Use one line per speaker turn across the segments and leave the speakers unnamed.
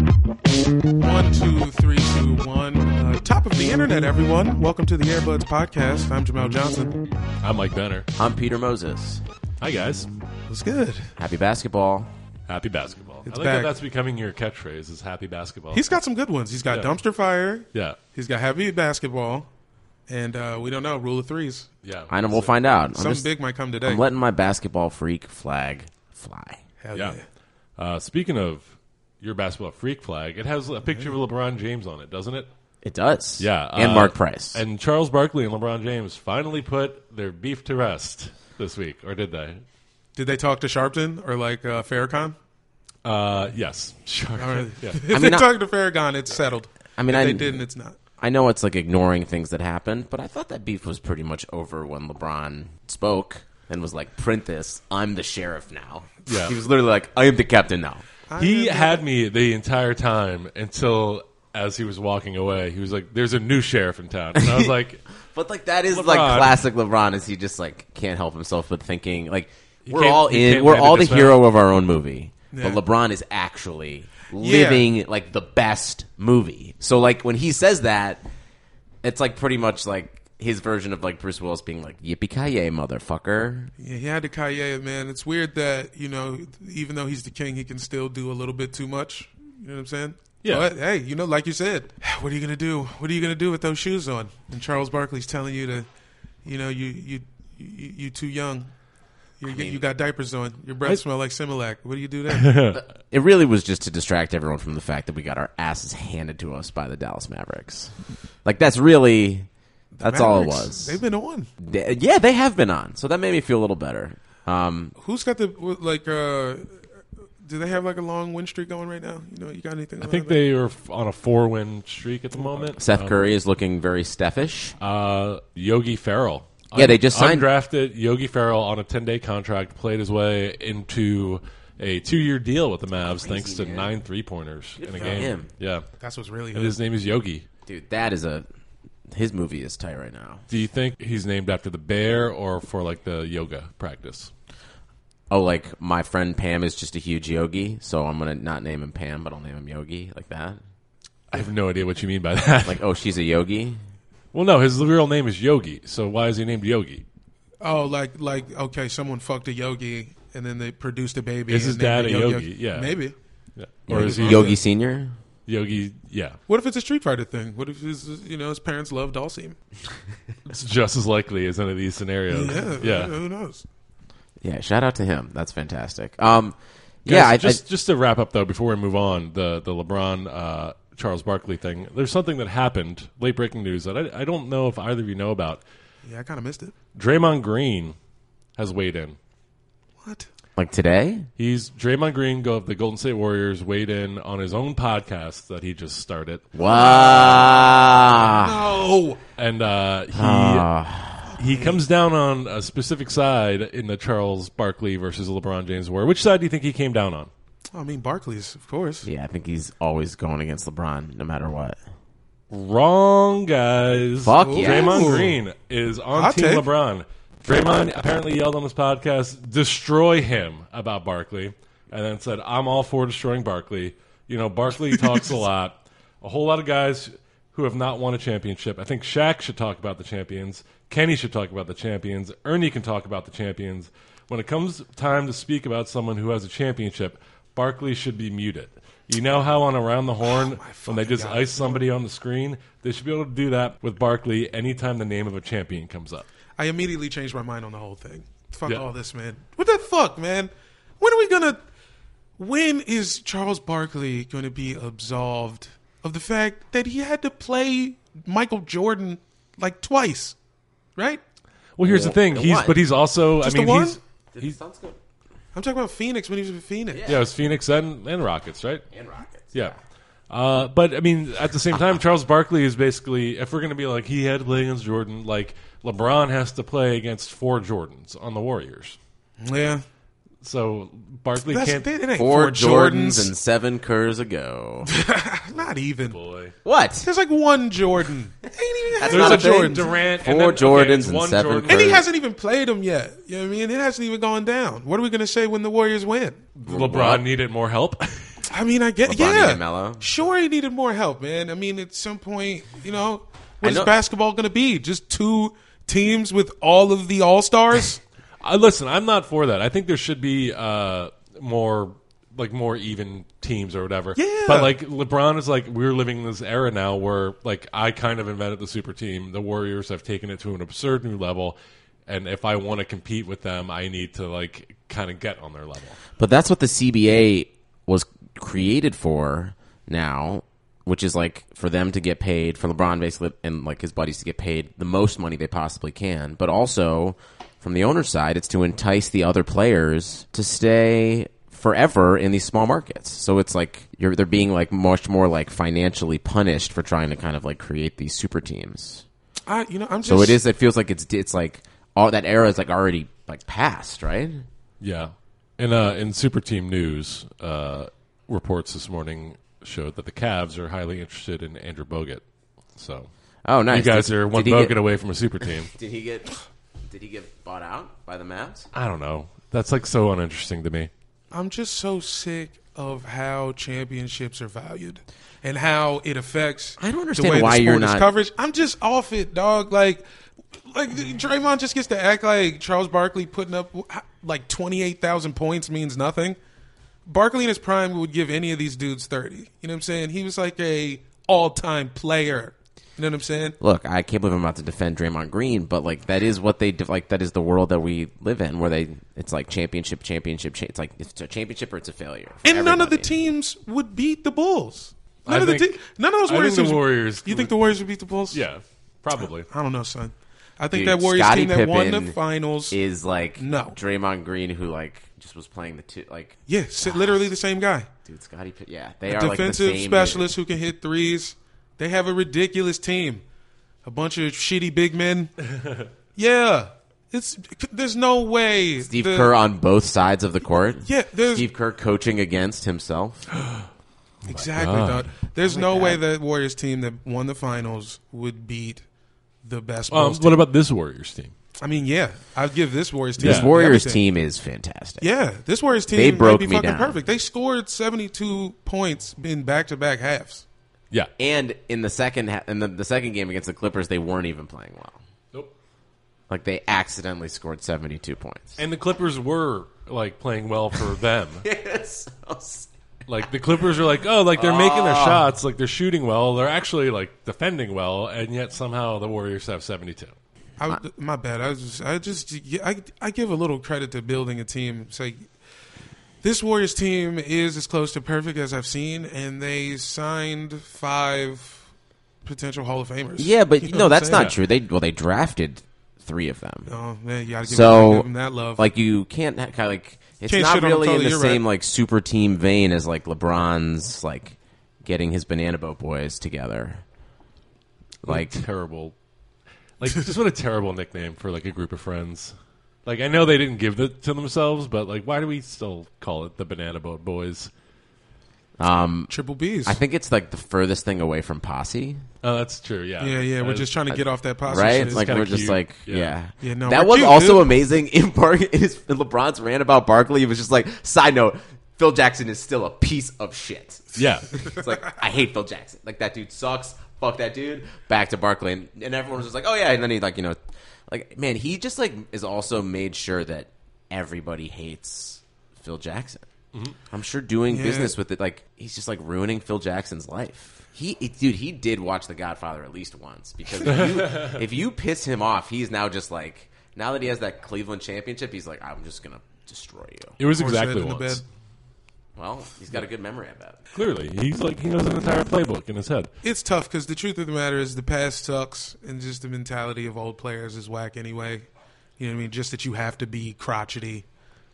One, two, three, two, one. Uh, top of the internet, everyone. Welcome to the Airbuds Podcast. I'm Jamal Johnson.
I'm Mike Benner.
I'm Peter Moses.
Hi guys.
What's good?
Happy basketball.
Happy basketball.
It's
I like
back.
that that's becoming your catchphrase is happy basketball.
He's got some good ones. He's got
Yeah.
Dumpster Fire.
yeah.
He's got Happy Basketball. And uh, we don't know. Rule of threes.
Yeah.
I know we'll find out. I'm,
Something
just-
big might come today.
I'm letting my basketball freak flag fly.
Hell
Yeah. Uh, speaking of your basketball freak flag, it has a picture of LeBron James on it, doesn't it?
It does.
Yeah.
And
uh,
Mark Price.
And Charles Barkley and LeBron James finally put their beef to rest this week, or did they?
Did they talk to Sharpton or like uh, Farrakhan?
Uh, yes. Sure.
All right.
Yeah.
if
mean,
they
I-
talked to Farrakhan, it's settled.
I mean,
if
I-
they didn't. It's not.
I know it's like ignoring things that happened, but I thought that beef was pretty much over when LeBron spoke and was like, print this. I'm the sheriff now.
Yeah.
he was literally like, I am the captain now.
He had me the entire time until as he was walking away, he was like, There's a new sheriff in town. And I was like,
But like that is like
LeBron.
classic LeBron is he just like can't help himself but thinking like we're
can't-
all
he
in
can't
we're
land a
all the
dismount.
hero of our own movie.
Yeah.
But LeBron is actually living like the best movie. So like when he says that, it's like pretty much like his version of like Bruce Willis being like yippee ki yay motherfucker.
Yeah, he had to Kanye, man. It's weird that, you know, even though he's the king, he can still do a little bit too much. You know what I'm saying?
Yeah.
But hey, you know, like you said, what are you gonna do? What are you gonna do with those shoes on? And Charles Barkley's telling you to, you know, you you you, you too young. You you got diapers on. Your breath smell like Similac. What do you do then?
It really was just to distract everyone from the fact that we got our asses handed to us by the Dallas Mavericks. Like that's really that's all it
Mavericks,
was.
They've been on.
They- yeah, they have been on, so that made me feel a little better. Um,
Who's got the like? uh Do they have like a long win streak going right now? You know, you got anything?
I think they are f- on a four win streak at the moment.
Seth
Um,
Curry is looking very steffish.
Uh, Yogi Farrell.
Yeah, they just signed-
undrafted Yogi Farrell on a ten day contract. Played his way into a two year deal with the Mavs thanks to nine three pointers in a
for
game.
him.
Yeah,
that's what's really.
and his name is Yogi.
Dude, that is a his movie is tight right now.
Do you think he's named after the bear or for like the yoga practice?
Oh, like my friend Pam is just a huge yogi, so I'm gonna not name him Pam, but I'll name him Yogi, like that.
I have no idea what you mean by that.
Like, oh, she's a yogi.
well, no, his real name is Yogi. So why is he named Yogi?
Oh, like like okay, someone fucked a yogi and then they produced a baby.
Is
and
his
named
dad
it
a yogi? Yeah.
maybe.
Yeah. Or is he
Yogi Senior.
Yogi? Yeah,
What if it's a Street Fighter thing? What if his you know his parents loved Dalsim?
it's just as likely as any of these scenarios.
Yeah,
yeah.
Who knows?
Yeah, shout out to him. That's fantastic. Um, yeah, I,
Guys, just
I,
just to wrap up though, before we move on, the the LeBron uh, Charles Barkley thing. There's something that happened, late breaking news that I, I don't know if either of you know about.
Yeah, I kind of missed it.
Draymond Green has weighed in.
What?
like today.
He's Draymond Green go of the Golden State Warriors weighed in on his own podcast that he just started,
Wow.
Oh,
and uh, he
Ah.
he comes down on a specific side in the Charles Barkley versus LeBron James war. Which side do you think he came down on?
Oh, I mean Barclays, of course.
Yeah, I think he's always going against LeBron, no matter what.
Wrong, guys.
Fuck
Ooh.
yes.
Draymond Green is on
Hot
Team
take.
LeBron. Draymond apparently yelled on this podcast, destroy him about Barkley, and then said, I'm all for destroying Barkley. You know, Barkley talks a lot. A whole lot of guys who have not won a championship. I think Shaq should talk about the champions. Kenny should talk about the champions. Ernie can talk about the champions. When it comes time to speak about someone who has a championship, Barkley should be muted. You know how on Around the Horn, when they just ice somebody on the screen, they should be able to do that with Barkley anytime the name of a champion comes up.
I immediately changed my mind on the whole thing. Fuck
Yeah.
all this, man. What the fuck, man? When are we gonna? When is Charles Barkley going to be absolved of the fact that he had to play Michael Jordan like twice? Right?
Well, here's the thing.
the
He's
one.
but he's also.
Just
I mean,
the one?
he's he's
Sounds good.
I'm talking about Phoenix when he was in Phoenix.
yeah. It was Phoenix and and Rockets, right?
And Rockets.
Yeah. Uh, but I mean, at the same time, Charles Barkley is basically if we're going to be like he had to play against Jordan, like LeBron has to play against four Jordans on the Warriors.
Yeah.
So Barkley
That's,
can't.
it ain't
Four,
four,
Jordans, and seven Kurs ago.
not even.
boy.
what?
There's like one Jordan. ain't even
That's
had
not
one
a thing.
Jordan.
Durant,
Four
and then,
Jordans
okay, it's
and
one
seven
Jordan.
And he
Right.
hasn't even played him yet. You know what I mean? It hasn't even gone down. What are we going to say when the Warriors win?
LeBron
What?
needed more help.
I mean, I get
LeBron
yeah.
needed Melo.
Sure, he needed more help, man. I mean, at some point, you know,
I
what is
know-
basketball going to be? Just two teams with all of the all stars?
I listen, I'm not for that. I think there should be uh, more like more even teams or whatever.
Yeah.
But like LeBron is like we're living in this era now where like I kind of invented the super team. The Warriors have taken it to an absurd new level. And if I want to compete with them, I need to like kind of get on their level.
But that's what the CBA was created for now, which is like for them to get paid, for LeBron basically and like his buddies to get paid the most money they possibly can. But also from the owner's side, it's to entice the other players to stay forever in these small markets. So it's like you're they're being like much more like financially punished for trying to kind of like create these super teams.
I, you know, I'm just.
So it is it feels like it's it's like all that era is like already like past, right?
Yeah. In uh, in Super Team news, uh, reports this morning showed that the Cavs are highly interested in Andrew Bogut. So
Oh, nice.
you guys
Did-
are one
did he
Bogut
get-
away from a Super Team.
Did he get? Did he get bought out by the Mavs?
I don't know. That's like so uninteresting to me.
I'm just so sick of how championships are valued and how it affects.
I don't
the
understand
way the
why you're
sport is
not-
coverage. I'm just off it, dog. Like, like Draymond just gets to act like Charles Barkley putting up like 28,000 points means nothing. Barkley in his prime would give any of these dudes 30. You know what I'm saying? He was like a all-time player. You know what I'm saying?
Look, I can't believe I'm about to defend Draymond Green, but like that is what they de- like. That is the world that we live in, where they it's like championship, championship. Cha- it's like it's a championship or it's a failure. for
And none of the
everybody.
teams would beat the Bulls. None
I
of the
think-
te- none of those
I
Warriors.
think the
teams-
Warriors
You
would-
think the Warriors would beat the Bulls?
Yeah, probably.
I don't know, son. I think
Dude,
that Warriors
Scottie
team that won the
Pippen
finals.
is like
No.
Draymond Green, who like just was playing the two like
yeah, si- literally the same guy.
dude Scotty. Pitt- Yeah, they are
Defensive
like the same
specialist who can hit threes. They have a ridiculous team. A bunch of shitty big men. yeah. It's there's no way
Steve
the-
Kerr Oh on both sides of the court.
Yeah, there's
Steve Kerr coaching against himself.
exactly dog. There's
Oh
no way that Warriors team that won the finals would beat the best
Um,
Bulls team.
what about this Warriors team?
I mean, yeah. I'd give this Warriors team
This Warriors
everything.
team is fantastic.
Yeah, this Warriors team
They
might
broke
be
me
fucking
down.
perfect. They scored 72 points in back-to-back halves.
Yeah.
And in the second ha- in the, the second game against the Clippers, they weren't even playing well.
Nope.
Like they accidentally scored seventy two points.
And the Clippers were like playing well for them.
It's so sad.
like the Clippers are like, oh, like they're making their shots, like they're shooting well, they're actually like defending well, and yet somew the Warriors have seventy two.
I, my bad. I was just, I just I, I give a little credit to building a team. It's like this Warriors team is as close to perfect as I've seen, and they signed five potential Hall of Famers.
yeah, but
You know what
no,
I'm
that's
saying?
not true. They well, they drafted three of them.
Oh man, you gotta give,
So,
them, give them that love.
Like you can't ha- kinda, like it's
Can't
not
shit on
really
Kobe,
in the
you're
same
right.
like super team vein as like LeBron's like getting his banana boat boys together. Like
terrible, like just what a terrible nickname for like a group of friends. Like I know they didn't give it to themselves, but like why do we still call it the Banana Boat Boys?
triple Bs.
I think it's like the furthest thing away from posse.
Oh, that's true. Yeah,
yeah, yeah. We're
Uh,
just trying to get off that posse
right?
shit.
like
kinda
we're just
cute.
like,
Yeah.
yeah.
Yeah, no,
that
we're
was
cute,
also
dude.
amazing. In, Bar- his, in LeBron's rant about Barkley, it was just like, side note, Phil Jackson is still a piece of shit.
yeah.
It's like I hate Phil Jackson. Like that dude sucks. Fuck that dude. Back to Barkley, and, and everyone was just like, oh yeah. And then he like you know, like man, he just like is also made sure that everybody hates Phil Jackson. I'm sure doing
Yeah.
business with it, like he's just like ruining Phil Jackson's life. He, it- dude, he did watch The Godfather at least once because if you, if you piss him off, he's now just like now that he has that Cleveland championship, he's like, I'm just gonna destroy you.
It was
Horse
exactly
head in the
once.
bed.
Well, he's got a good memory about it.
Clearly, he's like he knows an entire playbook in his head.
It's tough because the truth of the matter is the past sucks, and just the mentality of old players is whack anyway. You know what I mean? Just that you have to be crotchety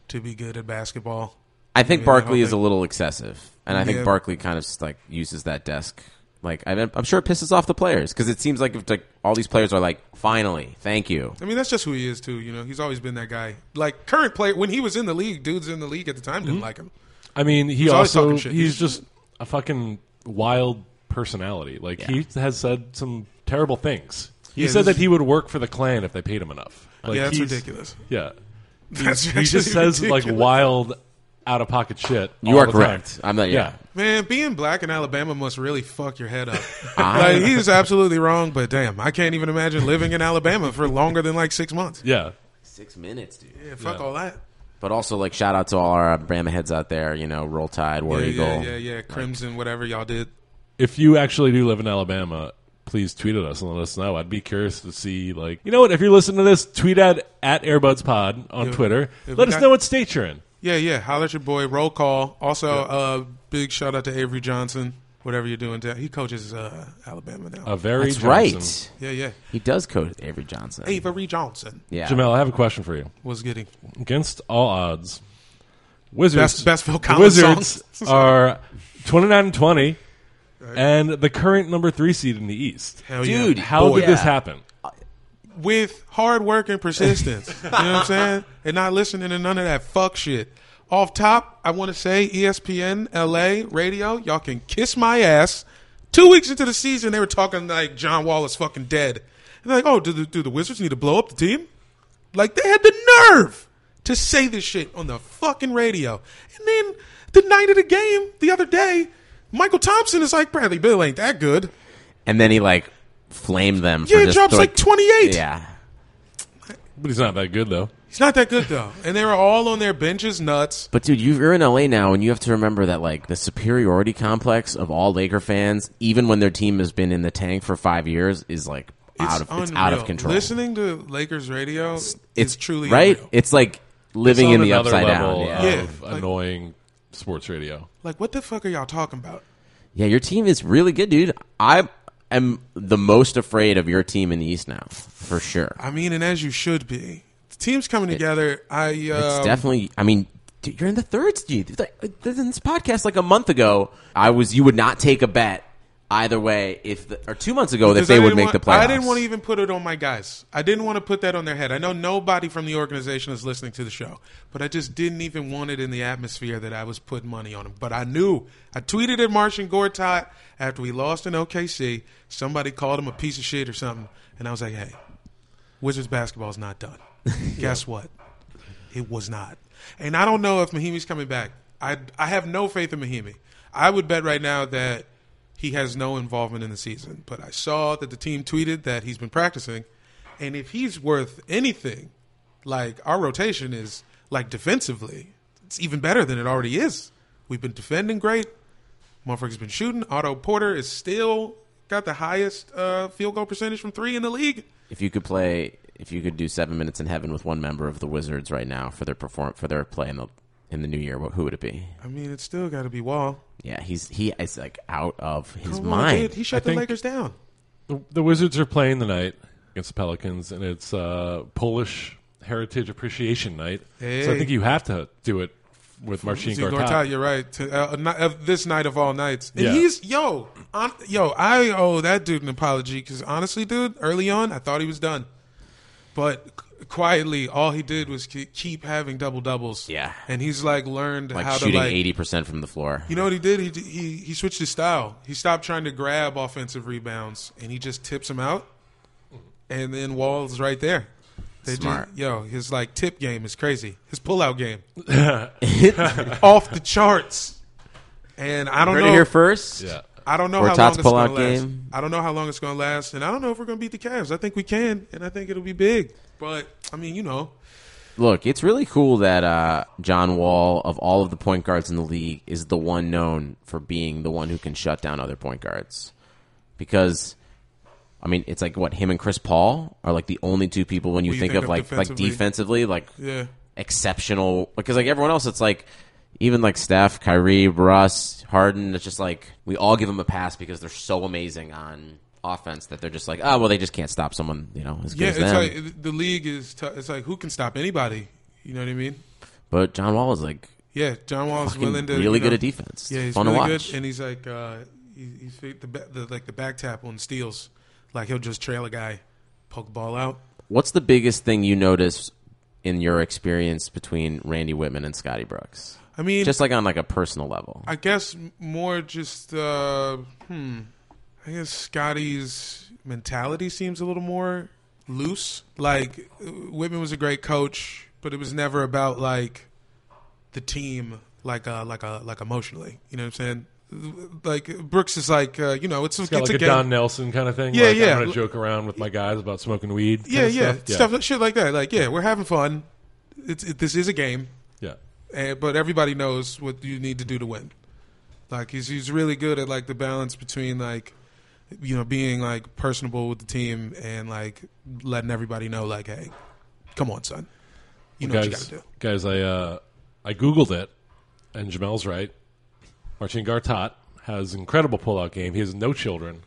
to be good at basketball.
I think
Yeah,
Barkley
I
is a
don't
little excessive, and I
Yeah.
think Barkley kind of just, like uses that desk. Like I mean, I'm sure it pisses off the players because it seems like if like all these players are like, finally, thank you.
I mean, that's just who he is too. You know, he's always been that guy. Like current player, when he was in the league, dudes in the league at the time
Mm-hmm.
didn't like him.
I mean, he
He's always
also
talking shit. He's-
he's just a fucking wild personality. Like he has said some terrible things. He
Yeah,
said
this-
that he would work for the Klan if they paid him enough. Like,
yeah, that's
he's-
ridiculous.
Yeah,
That's
he just says like wild, out of pocket shit.
You
all
are
the time.
correct. I'm not. Yeah.
Man, being black in Alabama must really fuck your head up.
I-
like, he's absolutely wrong, but damn, I can't even imagine living in Alabama for longer than like six months.
yeah,
Six minutes, dude.
Yeah, fuck all that.
But also, like, shout out to all our Bama heads out there. You know, roll tide, war
Yeah, yeah,
eagle.
yeah, yeah. Crimson, whatever y'all did.
if you actually do live in Alabama, please tweet at us and let us know. I'd be curious to see, like, you know what? If you're listening to this, tweet at at Airbuds Pod on
Yeah.
Twitter.
If
let
we
us
got-
know what state you're in.
Yeah, yeah. Holler at your boy. Roll call. Also, uh, big shout out to Avery Johnson. Whatever you're doing, down- he coaches uh, Alabama now.
A very
That's
Johnson.
right.
yeah, yeah.
He does code Avery Johnson.
Avery Johnson
Yeah.
Jamel, I have a question for you.
was getting
Against all odds, Wizards
Best- best Phil
the
Collins
Wizards
songs.
are 29 and 20, and the current number three seed in the East.
hell
Dude.
yeah.
How
boy,
did this
yeah.
happen?
with hard work and persistence. you know what I'm saying? And not listening to none of that fuck shit. Off top, I want to say E ESPN LA radio, y'all can kiss my ass. Two weeks into the season, they were talking like John Wall is fucking dead. And they're like, oh, do the, do the Wizards need to blow up the team? Like they had the nerve to say this shit on the fucking radio. And then the night of the game the other day, Michael Thompson is like, Bradley Bill ain't that good.
And then he like flamed them. for
Yeah,
just
drops
throwing-
like 28.
Yeah.
But he's not that good, though.
He's not that good though. And they were all on their benches nuts.
But dude, you- you're in LA now, and you have to remember that like the superiority complex of all Laker fans, even when their team has been in the tank for five years, is like out of it's out of
unreal.
control.
Listening to Lakers radio it's,
it's
truly
right.
unreal.
It's like living
It's
in
on
the
another
upside
level
down. Yeah.
Yeah.
of
like-
annoying sports radio.
like what the fuck are y'all talking about?
Yeah, your team is really good, dude. I am the most afraid of your team in the East now, for sure.
I mean, and as you should be. The team's coming together. I
It's
um,
definitely. I mean, dude, you're in the third seed. Like, In this podcast, like a month ago, I was. You would not take a bet either way if, the, or two months ago, that
because
they
I
would
didn't
make
want-
the playoffs.
I didn't want to even put it on my guys. I didn't want to put that on their head. I know nobody from the organization is listening to the show, but I just didn't even want it in the atmosphere that I was putting money on them. But I knew. I tweeted at Martian Gortat after we lost in OKC. Somebody called him a piece of shit or something, and I was like, "Hey, Wizards basketball is not done. Guess what? It was not. And I don't know if Mahimi's coming back. I I have no faith in Mahimi. I would bet right now that he has no involvement in the season. But I saw that the team tweeted that he's been practicing, and if he's worth anything, like our rotation is like defensively, it's even better than it already is. We've been defending great. Motherfucker's been shooting. Otto Porter is still got the highest uh, field goal percentage from three in the league.
if you could play, if you could do seven minutes in heaven with one member of the Wizards right now for their perform for their play in the in the new year, what, who would it be?
I mean, it's still got to be Wall.
Yeah, he's he is like out of his
Come on,
mind.
dude. He shut
I
the
think-
Lakers down.
The, the Wizards are playing tonight against the Pelicans, and it's uh, Polish Heritage Appreciation Night. So I
Hey.
think you have to do it with Marcin
Dude,
Gortat.
Gortat, you're right. To, uh, a night- of this night of all nights, and
Yeah.
he's yo, on, yo. I owe that dude an apology because honestly, dude, early on I thought he was done, but c- quietly, all he did was ke- keep having double doubles.
Yeah.
and he's like learned
like
how to
shooting
like.
eighty percent from the floor.
You know what he did? He, he he switched his style. He stopped trying to grab offensive rebounds, and he just tips them out, and then Wall's right there. They ju-
Smart.
yo, his like tip game is crazy. His pullout game, off the charts. And I don't
Heard
know.
it here first.
Yeah.
I don't know
Or
how long
Tots
it's going to
pullout
last.
game.
I don't know how long it's going to last, and I don't know if we're going to beat the Cavs. I think we can, and I think it'll be big. But I mean, you know,
Look, it's really cool that uh, John Wall, of all of the point guards in the league, is the one known for being the one who can shut down other point guards. Because, I mean, it's like what him and Chris Paul are like the only two people when you,
Who you
think,
think
of
of
like like
defensively.
defensively, like
yeah,
exceptional. Because like everyone else, it's like even like Steph, Kyrie, Russ, Harden, it's just like we all give them a pass because they're so amazing on offense that they're just like, oh well, they just can't stop someone, you know, as good
Yeah,
as
it's
them.
like the league is. T- it's like who can stop anybody? You know what I mean?
but John Wall is like
Yeah, John Wall's
fucking
willing to
really
you
good
know-
at defense.
Yeah, he's
fun
really
to watch.
good, and he's like uh, he, he's fit- the, ba- the like the back tap on steals. Like he'll just trail a guy, poke ball out.
What's the biggest thing you notice in your experience between Randy Whitman and Scotty Brooks?
I mean,
Just like on like a personal level.
I guess m- more just uh, hmm. I guess Scotty's mentality seems a little more loose. Like uh, Whitman was a great coach, but it was never about like the team, like uh, like uh, like emotionally. You know what I'm saying? Like Brooks is like uh, you know it's,
Got
it's
like a
game.
Don Nelson kind of thing.
Yeah,
like,
yeah.
I'm gonna joke around with my guys about smoking weed. kind
yeah,
of
yeah,
stuff.
stuff, shit like that. Like, yeah, we're having fun. It's, it, this is a game,
Yeah.
and, but everybody knows what you need to do to win. Like, he's he's really good at like the balance between like, you know, being like personable with the team and like letting everybody know like, hey, come on, son, you know what you
guys,
got to do.
guys, I uh, I googled it, and Jamel's right. Martin Gartat has incredible pullout game. He has no children.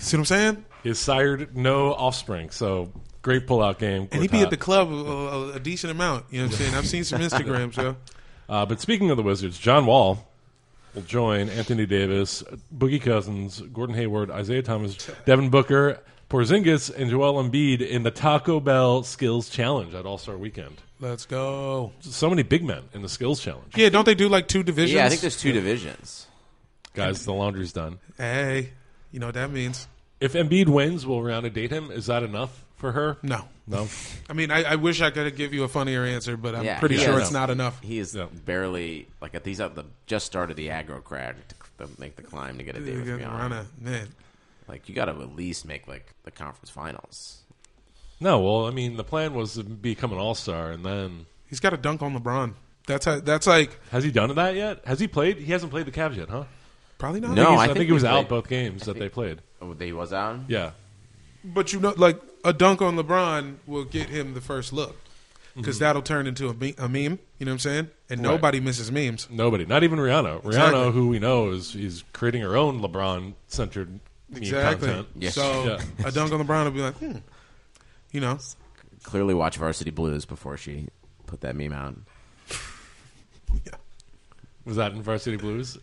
See what I'm saying?
He has sired no offspring. So great pullout game.
And he'd be
Gortat.
at the club a, a, a decent amount. You know what I'm saying? I've seen some Instagrams, yo.
Uh, but speaking of the Wizards, John Wall will join Anthony Davis, Boogie Cousins, Gordon Hayward, Isaiah Thomas, Devin Booker, Porzingis, and Joel Embiid in the Taco Bell Skills Challenge at All Star Weekend.
Let's go.
So many big men in the Skills Challenge.
Yeah, don't they do like two divisions?
yeah, I think there's two divisions.
Guys, the laundry's done.
Hey, you know what that means?
If Embiid wins, will Rihanna date him? Is that enough for her?
No.
No.
I mean, I, I wish I could give you a funnier answer, but I'm
Yeah,
pretty
he
sure
is.
it's not enough.
He is
Yeah.
barely like at these up the just started the aggro crag to, to make the climb to get a date with Rihanna.
Rihanna, man.
Like you got to at least make like the conference finals.
No, well, I mean, the plan was to become an All Star, and then.
He's got a dunk on LeBron. That's how, that's like
Has he done that yet? Has he played? He hasn't played the Cavs yet, huh?
probably not.
No,
He's-
I
I,
think
think he was
we
out
played-
both games that they played.
Oh, they was out.
Yeah.
but you know, like a dunk on LeBron will get him the first look because
Mm-hmm.
that'll turn into a, me- a meme. You know what I'm saying? And
Right.
nobody misses memes.
Nobody, not even Rihanna.
Exactly.
Rihanna, who we know is is creating her own LeBron centered
Exactly.
content.
Yes.
So
Yeah.
a dunk on LeBron will be like, hmm, you know,
Clearly watch Varsity Blues before she put that meme out.
Was that in Varsity Blues?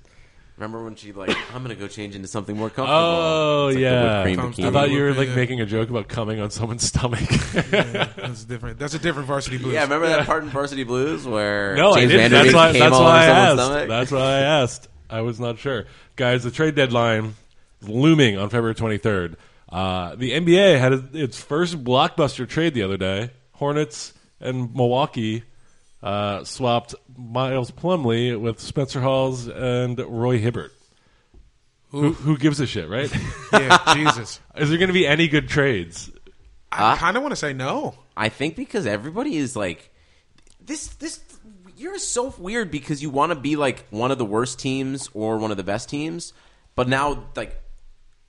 Remember when she like I'm gonna go change into something more comfortable.
Oh
It's like the
yeah.
whipped
Comes
cream
through.
I
bikini.
thought you were like
Yeah.
making a joke about coming on someone's stomach.
that's different. That's a different varsity blues.
Yeah, remember that part in Varsity Blues where
no, I
James
didn't.
Vanderbeek
That's why,
came
that's
all
why I
over
asked.
someone's stomach?
That's why I asked. I was not sure, guys. The trade deadline is looming on February 23rd. Uh, the NBA had its first blockbuster trade the other day. Hornets and Milwaukee uh, swapped Miles Plumley with Spencer Halls and Roy Hibbert. Who, who gives a shit, right?
yeah, Jesus.
is there going to be any good trades?
I kind of want to say no.
I think because everybody is like this this you're so weird because you want to be like one of the worst teams or one of the best teams, but now like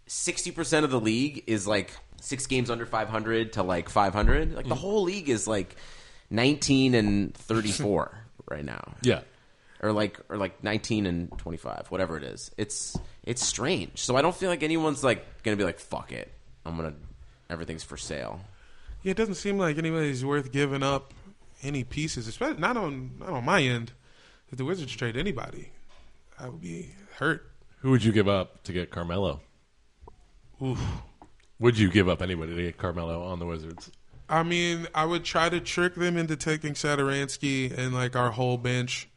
60% of the league is like 6 games under 500 to like 500. Like the
Mm.
whole league is like 19 and 34 right now.
Yeah.
Or like or like 19 and 25, whatever it is. It's it's strange. So I don't feel like anyone's like going to be like fuck it. I'm going to everything's for sale.
Yeah, it doesn't seem like anybody's worth giving up any pieces, especially not on not on my end. If the Wizards trade anybody, I would be hurt.
Who would you give up to get Carmelo?
Oof.
Would you give up anybody to get Carmelo on the Wizards?
I mean, I would try to trick them into taking Saturansky and like our whole bench.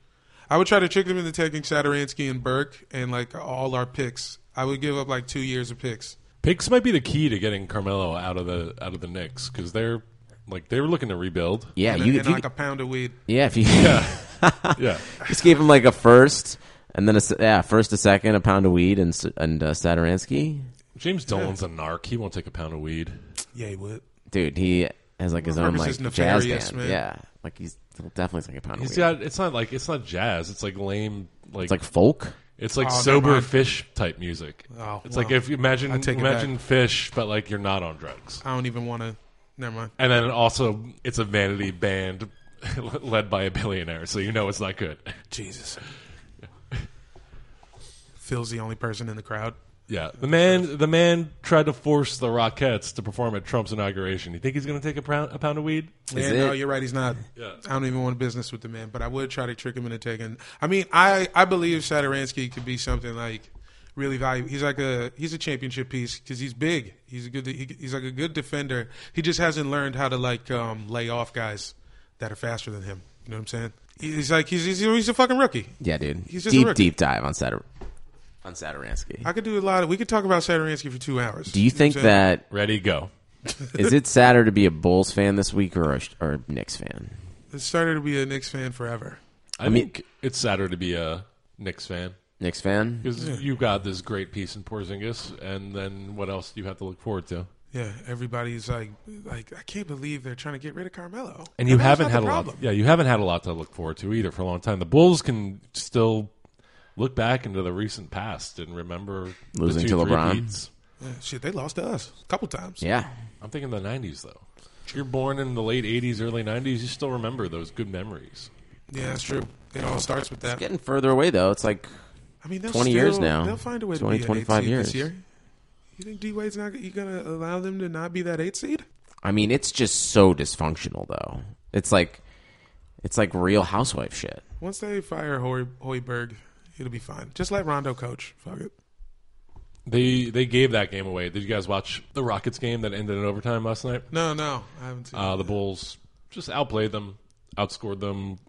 I would try to trick them into taking Saturansky and Burke and like all our picks. I would give up like two years of picks.
Picks might be the key to getting Carmelo out of the out of the Knicks because they're like they were looking to rebuild.
Yeah,
And,
you,
and
you
like a pound of weed.
Yeah, if you
Yeah,
just gave him like a first, and then a se- yeah, first a second, a pound of weed, and s- and uh, Saturansky,
James Dolan's a narc. He won't take a pound of weed.
Yeah, he would.
dude, he has like his own
Purpose
like
is
jazz
nefarious,
band.
man.
Yeah, like he's he'll definitely take a pound
He's
of weed.
got. It's not like it's not jazz. It's like lame. Like
Oh, it's like folk.
it's like
Oh, never
sober
mind.
fish type music.
Oh,
it's
wow.
like if you imagine
I take it
imagine fish, but like you're not on drugs.
I don't even want to. Never mind.
And then also it's a vanity band led by a billionaire, so you know it's not good.
Jesus. Phil's the only person in the crowd.
Yeah, the man, the man tried to force the Rockettes to perform at Trump's inauguration. You think he's going to take a pound, a pound of weed?
Yeah,
Is
no,
it?
you're right. He's not.
Yeah.
I don't even want business with the man, but I would try to trick him into taking. I mean, I I believe Saturansky could be something like really valuable. He's like a he's a championship piece because he's big. He's a good. He, he's like a good defender. He just hasn't learned how to like um, lay off guys that are faster than him. You know what I'm saying? He's like he's he's, he's a fucking rookie.
Yeah, dude.
He's just a
deep,
rookie.
deep dive on Satur- on Saturansky.
I could do a lot of. We could talk about Saturansky for two hours.
Do you think that
Ready, go.
is it sadder to be a Bulls fan this week or a, or a Knicks fan?
it started to be a Knicks fan forever?
I,
mean-
think it's sadder to be a Knicks fan
Knicks fan.
because you got this great piece in Porzingis, and then what else do you have to look forward to?
Yeah, everybody's like, like I can't believe they're trying to get rid of Carmelo.
And you
Carmelo's
haven't
not the
had a lot.
problem.
Yeah, you haven't had a lot to look forward to either for a long time. The Bulls can still look back into the recent past and remember the
Losing
two
to LeBron.
three-peats.
Yeah, shit, they lost to us a couple times.
Yeah,
I'm thinking the '90s though. If you're born in the late '80s, early '90s, you still remember those good memories.
Yeah, that's true. It all starts with that.
getting further away though. It's like
I mean, they'll
20
still-
years now.
They'll find a way
20,
to be
25
an eight seed this
years.
year. You think D Wade's not? You gonna allow them to not be that eight seed?
I mean, it's just so dysfunctional though. It's like it's like Real Housewife shit.
Once they fire Hoy, Hoiberg, it'll be fine. Just let Rondo coach. Fuck it.
They they gave that game away. Did you guys watch the Rockets game that ended in overtime last night?
No, no, I haven't seen.
Uh, the Bulls just outplayed them, outscored them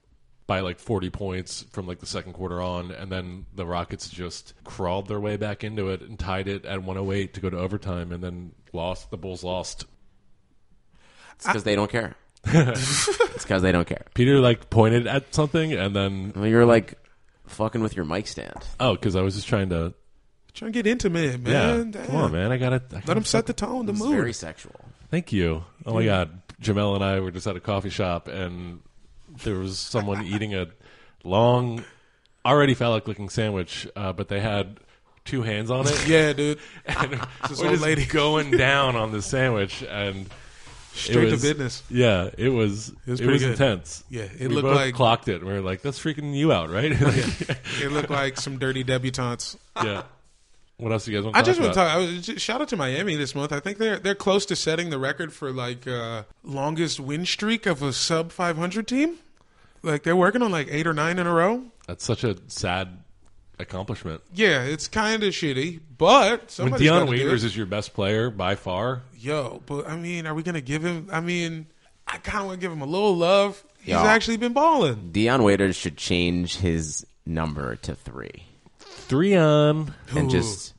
by like 40 points from like the second quarter on, and then the Rockets just crawled their way back into it and tied it at 108 to go to overtime, and then lost. The Bulls lost.
It's because they don't care. it's because they don't care.
Peter like pointed at something, and then
Well, you're like fucking with your mic stand.
oh, because I was just trying to
Try and get intimate,
yeah,
man. Damn.
come on, man, I gotta I
Let
gotta-
them set the tone, the
It's
mood.
very sexual.
Thank you. Oh my God, Jamel and I were just at a coffee shop, and there was someone eating a long, already phallic-looking sandwich, uh, but they had two hands on it.
Yeah, dude.
and
This
we're
old
just
lady.
going down on the sandwich, and
Straight
was-
to business.
yeah, it was it
was
was,
pretty good.
intense.
Yeah, it
we
looked
both
like- Oh,
clocked it. and We were like, that's freaking you out, right? Like,
It looked like some dirty debutantes.
yeah. What else do you guys want? to
I
talk
just want to
about?
talk. I was just, shout out to Miami this month. I think they're they're close to setting the record for like uh, longest win streak of a sub 500 team. Like they're working on like eight or nine in a row.
That's such a sad accomplishment.
Yeah, it's kind of shitty, but
When
somebody's
Deion
gotta do
Waiters
it.
is your best player by far,
yo. But I mean, are we gonna give him? I mean, I kind of want to give him a little love. He's
Yeah.
actually been balling.
Dion Waiters should change his number to three
three on.
and
Ooh.
just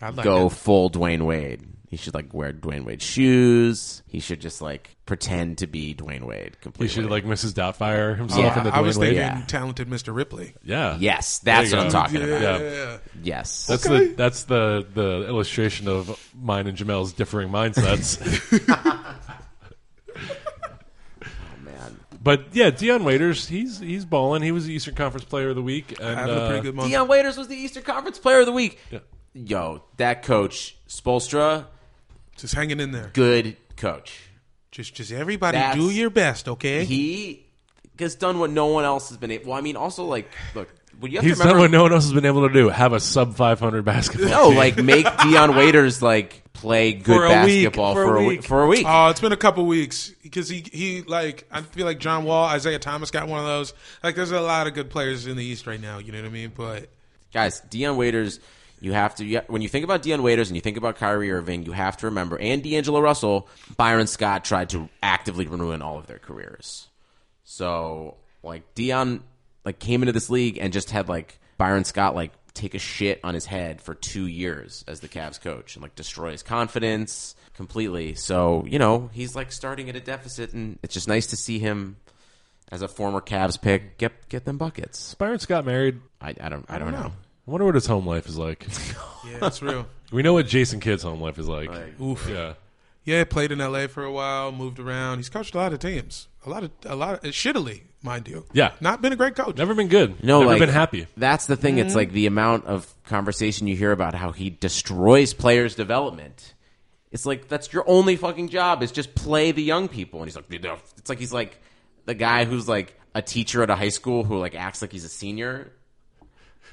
I like
go
it.
full Dwayne Wade. He should like wear Dwayne Wade shoes. He should just like pretend to be Dwayne Wade
He
completely.
should like Mrs. Doubtfire himself
Yeah,
in the
I was
Dwayne Wade.
thinking
Wade. Yeah.
talented Mr. Ripley.
Yeah.
Yes,
There
that's
you
what
go.
I'm talking
Yeah,
about.
Yeah.
Yes,
That's the that's the the illustration of mine and Jamel's differing mindsets.
man.
but yeah, Dion Waiters, he's he's balling. He was the Eastern Conference Player of the Week, and
having a
uh,
pretty good month.
Deion Waiters was the Eastern Conference Player of the Week. Yo, that coach Spolstra,
Just hanging in there.
good coach.
Just just everybody
That's-
do your best, okay?
He has done what no one else has been able. Well, I mean, also like, look, well, you have
he's
to remember.
done what no one else has been able to do: have a sub five hundred basketball.
Oh.
no,
team.
like make Dion Waiters like play good
For a week,
basketball
for a
for, a week.
week.
for a week.
Oh, it's been a couple weeks because he he like I feel like John Wall, Isaiah Thomas got one of those. Like, there's a lot of good players in the East right now. You know what I mean? But
guys, Deion Waiters, you have to you, when you think about Deion Waiters and you think about Kyrie Irving, you have to remember and D'Angelo Russell, Byron Scott tried to actively ruin all of their careers. So like Deion like came into this league and just had like Byron Scott like take a shit on his head for two years as the Cavs coach and like destroy his confidence completely. So, you know, he's like starting at a deficit and it's just nice to see him as a former Cavs pick get get them buckets.
Byron Scott married.
I, I don't I don't know.
I wonder what his home life is like.
yeah, it's real.
we know what Jason Kidd's home life is like. Oof. Yeah.
Yeah, played in L.A. for a while, moved around. He's coached a lot of teams, a lot of a lot of shittily, mind you.
Yeah.
not been a great coach.
Never been good.
No,
Never
like,
been happy.
That's the thing.
Mm-hmm.
It's like the amount of conversation you hear about how he destroys players' development. It's like that's your only fucking job is just play the young people, and he's like, "No." it's like he's like, the guy who's like a teacher at a high school who like acts like he's a senior.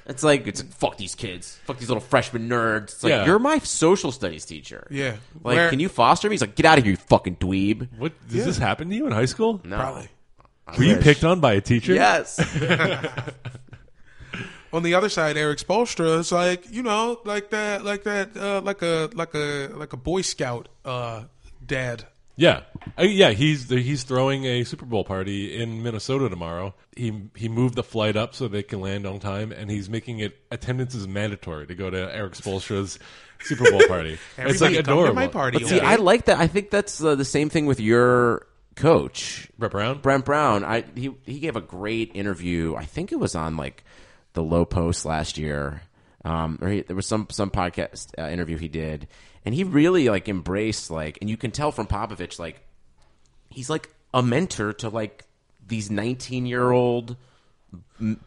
It's like it's like, fuck these kids, fuck these little freshman nerds. It's like
Yeah.
you're my social studies teacher.
Yeah.
like
Where-
can you foster me? He's like, get out of here, you fucking dweeb.
What does this happen to you in high school?
No.
Probably.
Were you picked on by a teacher?
Yes.
on the other side, Eric Spolstra is like you know, like that, like that, uh, like a like a like a Boy Scout uh, dad.
Yeah, Uh, yeah. He's he's throwing a Super Bowl party in Minnesota tomorrow. He he moved the flight up so they can land on time, and he's making it attendance is mandatory to go to Eric Spoelstra's Super Bowl party. it's like
Everybody come
adorable.
to my party.
See,
okay?
I like that. I think that's uh, the same thing with your coach,
Brett Brown.
Brent Brown. I he he gave a great interview. I think it was on like the Low Post last year, um, or he, there was some some podcast uh, interview he did, and he really like embraced like, and you can tell from Popovich like he's like a mentor to like these 19 year old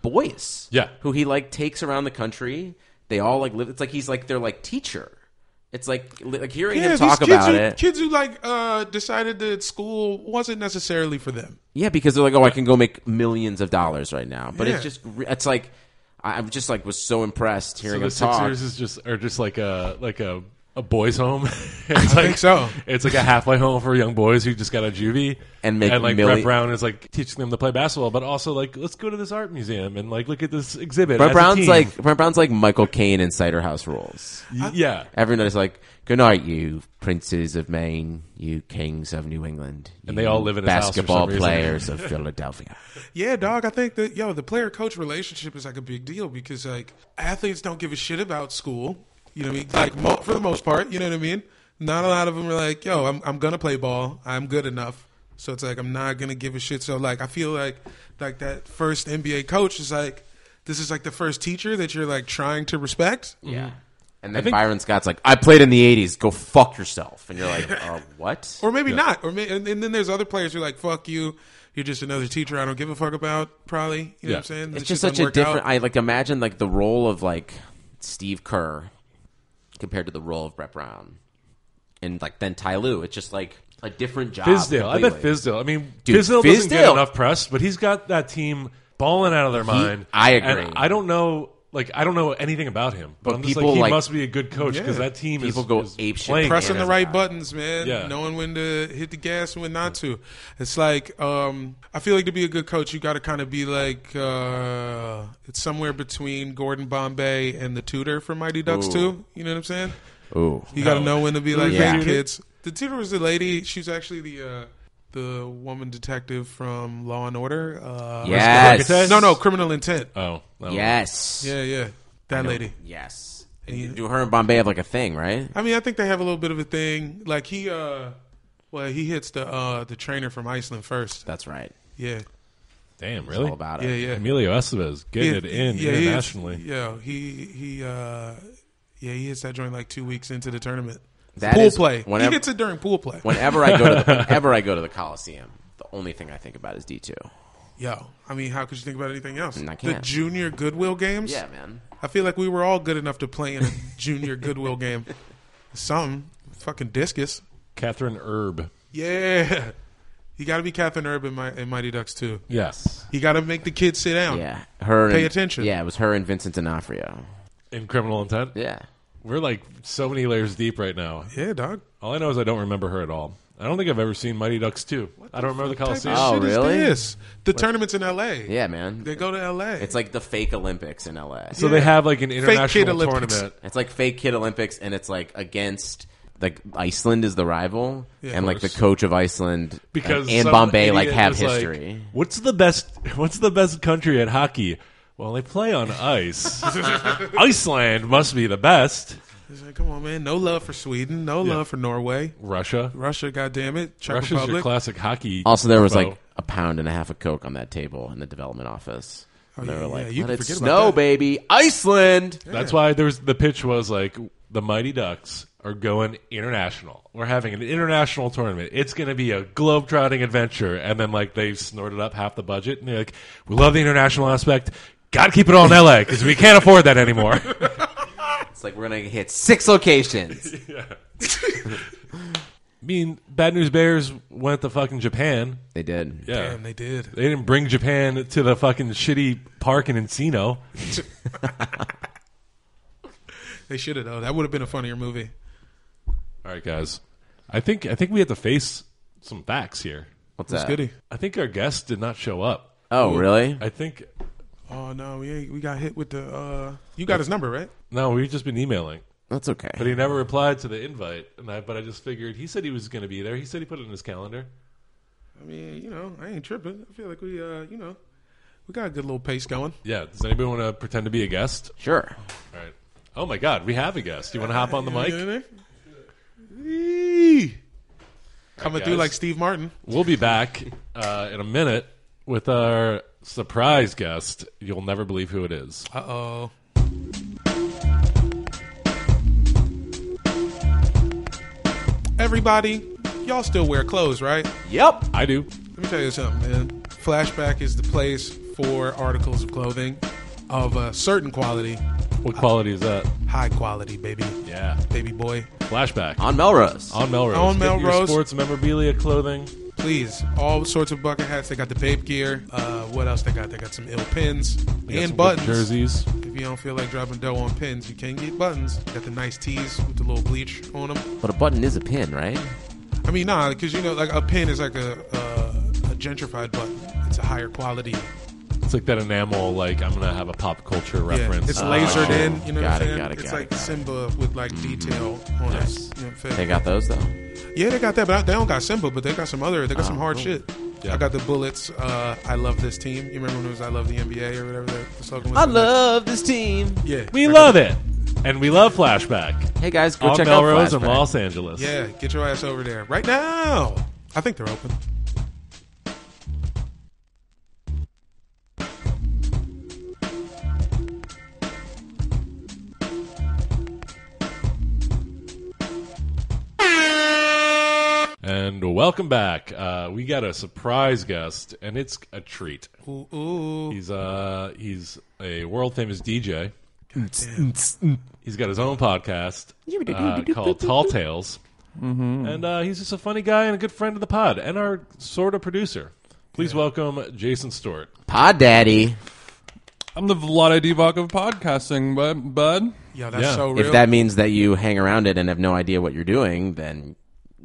boys
Yeah.
who he like takes around the country they all like live it's like he's like their like teacher it's like li- like hearing
yeah,
him talk
these kids
about
who,
it
Kids who like uh, decided that school wasn't necessarily for them.
yeah because they're like oh i can go make millions of dollars right now but
Yeah.
it's just re- it's like I- i'm just like was so impressed
So
hearing
the
him talk
Sixers is just are just like a like a a boys' home. it's I like,
think so.
It's like a halfway home for young boys who just got a juvie
And make
and like
milli-
Brett Brown is like teaching them to play basketball, but also like let's go to this art museum and like look at this exhibit.
brett
as a
brown's
team.
like brett brown's like michael caine in cider house rules
Y- yeah.
everyone is like good night you princes of maine you kings of new england
And they
you
all live in his house for some
basketball
reason."
players of philadelphia
Yeah, dog. I think that yo, the player coach relationship is like a big deal because like athletes don't give a shit about school. You know what I mean? Like mo- for the most part, you know what I mean. Not a lot of them are like, yo, I'm I'm gonna play ball. I'm good enough. So it's like I'm not gonna give a shit. So like I feel like like that first NBA coach is like this is like the first teacher that you're like trying to respect.
Yeah. And then Byron Scott's like, I played in the 80s. Go fuck yourself. And you're like, uh, what?
or maybe not. Or may, and, and then there's other players who are like, "Fuck you, you're just another teacher. I don't give a fuck about." Probably, you know what
Yeah.
I'm saying?
it's
This
just
shit
such
doesn't
a
work
different.
out.
I like imagine like the role of like Steve Kerr compared to the role of Brett Brown, and like then Ty Lue. It's just like a different job.
Fizdale. I bet
completely.
Fizdale. I mean,
Dude,
Fizdale doesn't get
Fizdale-
enough press, but he's got that team balling out of their mind.
I agree.
And I don't know, like, I don't know anything about him, but,
But
I'm just
people,
like, he
like-
must be a good coach because that team
People
is
go
is
ape shit.
playing
pressing the
Yeah.
right buttons, man.
Yeah.
Knowing when to hit the gas and when not to. It's like um, I feel like to be a good coach, you got to kind of be like uh, it's somewhere between Gordon Bombay and the tutor from Mighty Ducks
Ooh.
too. You know what I'm saying?
Ooh,
You got to know when to be like,
Yeah.
hey, kids. The tutor was the lady. She was actually the uh, the woman detective from Law and Order. Uh,
yes,
Architect?
No, no, criminal intent.
Oh, no.
yes,
Yeah, yeah, that lady.
yes. And you do her and Bombay have like a thing, right?
I mean, I think they have a little bit of a thing. Like he, uh, well, he hits the uh, the trainer from Iceland first.
That's right.
Yeah,
Damn,
It's
really?
all about
yeah,
it.
yeah.
Emilio Estevez getting it
Yeah,
in
yeah, he hits-
internationally.
Yeah, he he uh, yeah he hits that joint like two weeks into the tournament.
That
pool
is-
play.
whenever-
he gets it during pool play.
Whenever I go to the, whenever I go to the Coliseum, the only thing I think about is D two.
Yo, I mean, how could you think about anything else?
I
The
can't.
junior goodwill games.
Yeah, man.
I feel like we were all good enough to play in a junior goodwill game. Something fucking discus.
Catherine Erb.
Yeah, you got to be Catherine Urban in, Mi- in Mighty Ducks too.
Yes.
You got to make the kids sit down.
Yeah, her.
Pay
and-
attention.
Yeah, it was her and Vincent D'Onofrio.
In Criminal Intent.
Yeah.
We're like so many layers deep right now.
Yeah, dog.
All I know is I don't remember her at all. I don't think I've ever seen Mighty Ducks 2. I don't remember the Coliseum.
Oh,
Shit is
really?
this. The tournament's in L.A.
Yeah, man.
They go to L.A.
It's like the fake Olympics in LA.
So they have like an
kid
international
Olympics.
tournament.
it's like fake kid Olympics, and it's like against like Iceland is the rival, and like the
course.
coach of Iceland
because
and, and
some
Bombay
idiot
like have
is like,
history.
what's the best? What's the best country at hockey? Well, they play on ice. Iceland must be the best.
It's like, come on, man. No love for Sweden. No love for Norway.
Russia,
Russia, goddamn it. Czech
Russia's your
Republic.
classic hockey.
also, there was
foe.
like a pound and a half of coke on that table in the development office.
Oh,
and they
yeah,
were
yeah,
like,
you
"Let it
forget about
snow,
that."
baby, Iceland."
that's why there was the pitch was like the Mighty Ducks are going international. We're having an international tournament. It's going to be a globe-trotting adventure. And then like they snorted up half the budget, and they're like, "We love the international aspect. Got to keep it all in LA because we can't afford that anymore."
It's like we're gonna hit six locations.
I mean, Bad News Bears went to fucking Japan.
They did.
Yeah.
Damn, they did.
They didn't bring Japan to the fucking shitty park in Encino.
They should have though. That would have been a funnier movie.
All right, guys. I think I think we have to face some facts here.
What's
It's
that?
goody.
I think our guest did not show up.
Oh, really?
I think
Oh no, we ain't- we got hit with the. uh You got his number right?
no, we've just been emailing,
That's okay.
but he never replied to the invite. And I, but I just figured he said he was going to be there. He said he put it in his calendar.
I mean, you know, I ain't tripping. I feel like we, uh you know, we got a good little pace going.
Yeah. Does anybody want to pretend to be a guest?
Sure.
All right. Oh my God, we have a guest. You want to hop on the
You
mic?
know what I mean? Eee. Coming
Alright,
through
guys.
like Steve Martin.
We'll be back uh, in a minute with our surprise guest. You'll never believe who it is.
Uh oh. Everybody, y'all still wear clothes, right?
Yep.
I do.
Let me tell you something, man. Flashback is the place for articles of clothing of a certain quality,
What quality is that?
high quality, baby,
Yeah.
baby boy.
Flashback.
On Melrose.
On Melrose.
On
Get your
Melrose.
sports memorabilia clothing.
Please, all sorts of bucket hats. They got the vape gear. Uh, what else they got? They got some ill pins
We got some
and
good
buttons.
Jerseys.
If you don't feel like dropping dough on pins, you can get buttons. Got the nice tees with the little bleach on them.
but a button is a pin, right?
I mean, nah, because you know, like a pin is like a, uh, a gentrified button. It's a higher quality.
It's like that enamel, like, I'm going to have a pop culture reference.
Yeah, it's
Uh,
lasered
sure.
in. You know
Oh, Got
what I'm
it,
saying?
got it,
it's
got it,
like
got it.
Simba with like detail on
Nice.
it. You know what I'm saying?
They got those though.
yeah, they got that, but they don't got Simba, but they got some other.
Oh,
They got some hard shit.
Yeah.
I got the bullets. Uh, I love this team. You remember when it was "I love the NBA" or whatever the, the slogan was?
I love this team.
Yeah,
Uh, we
I got
love it. And we love Flashback.
Hey guys, go
on
check
Melrose
out
and
Flashback.
Los Angeles.
Yeah, get your ass over there right now. I think they're open.
And welcome back. Uh, we got a surprise guest, and it's a treat.
Ooh, ooh.
He's uh he's a world famous DJ. He's got his own podcast uh, called Tall Tales,
Mm-hmm.
and uh, he's just a funny guy and a good friend of the pod and our sort of producer. Please welcome Jason Stewart.
Pod Daddy.
I'm the Vlade Divac of podcasting, bud. bud.
Yeah, that's
Yeah.
so real.
If that means that you hang around it and have no idea what you're doing, then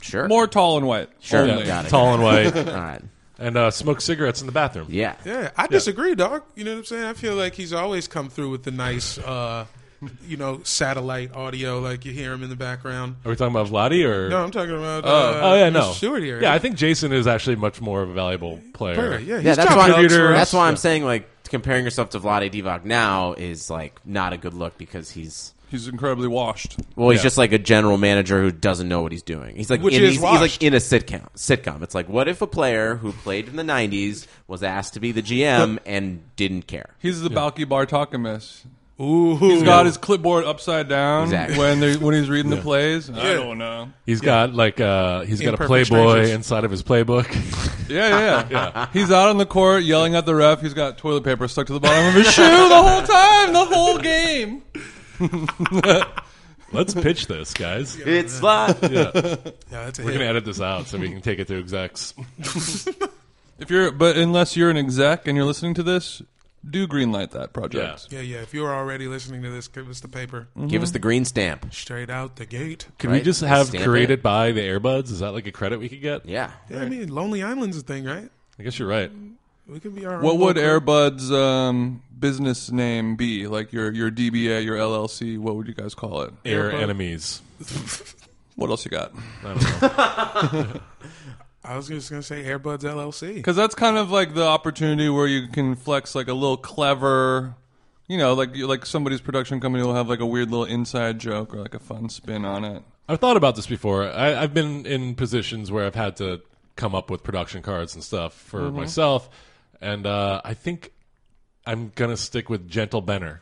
sure.
More tall and white.
Sure.
Only.
Got it.
Tall and white,
All right.
and uh, smokes cigarettes in the bathroom.
Yeah.
yeah, I disagree, dog. You know what I'm saying? I feel like he's always come through with the nice, uh, you know, satellite audio. Like you hear him in the background.
Are we talking about Vladi or?
No, I'm talking about. Uh,
oh yeah, no.
Mr. Stewart here.
Yeah, I think Jason is actually much more of a valuable player.
Perfect. yeah, he's
Yeah, that's
chopping
why,
it up for us.
that's why I'm saying, like, comparing yourself to Vlade Divac now is, like, not a good look because he's.
He's incredibly washed.
Well, he's
Yeah.
just like a general manager who doesn't know what he's doing. He's like
Which
in,
is
he's, he's
washed.
like in a sitcom. Sitcom. It's like, what if a player who played in the '90s was asked to be the GM and didn't care?
He's the Balky Bartokamus.
Ooh,
He's got his clipboard upside down
Exactly.
when they when he's reading the plays. I don't know.
He's got like uh he's got a
Imperfect
Playboy
strangers.
inside of his playbook.
Yeah, yeah, yeah. He's out on the court yelling at the ref. He's got toilet paper stuck to the bottom of his shoe the whole time, the whole game.
Let's pitch this, guys.
It's like
yeah, that's a
We're
hit.
gonna edit this out so we can take it to execs.
If you're, but unless you're an exec and you're listening to this, do greenlight that
Yeah.
project.
yeah, yeah. If you're already listening to this, give us the paper
Mm.
give us the green stamp.
straight out the gate.
Can we
Right?
just have
Stamp
created
it.
by the Airbuds? Is that like a credit we could get?
Yeah.
Yeah, I mean, Lonely Island's a thing, right?
I guess you're right.
We could be our.
What
own
would
local-
Airbud's um, business name be? Like your your DBA, your LLC. What would you guys call it?
Air
Airbud.
enemies.
What else you got?
I don't know.
I was just gonna say Airbuds LLC.
Because that's kind of like the opportunity where you can flex like a little clever, you know, like like somebody's production company will have like a weird little inside joke or like a fun spin on it.
I've thought about this before. I, I've been in positions where I've had to come up with production cards and stuff for myself, and uh, I think I'm gonna stick with Gentle Benner.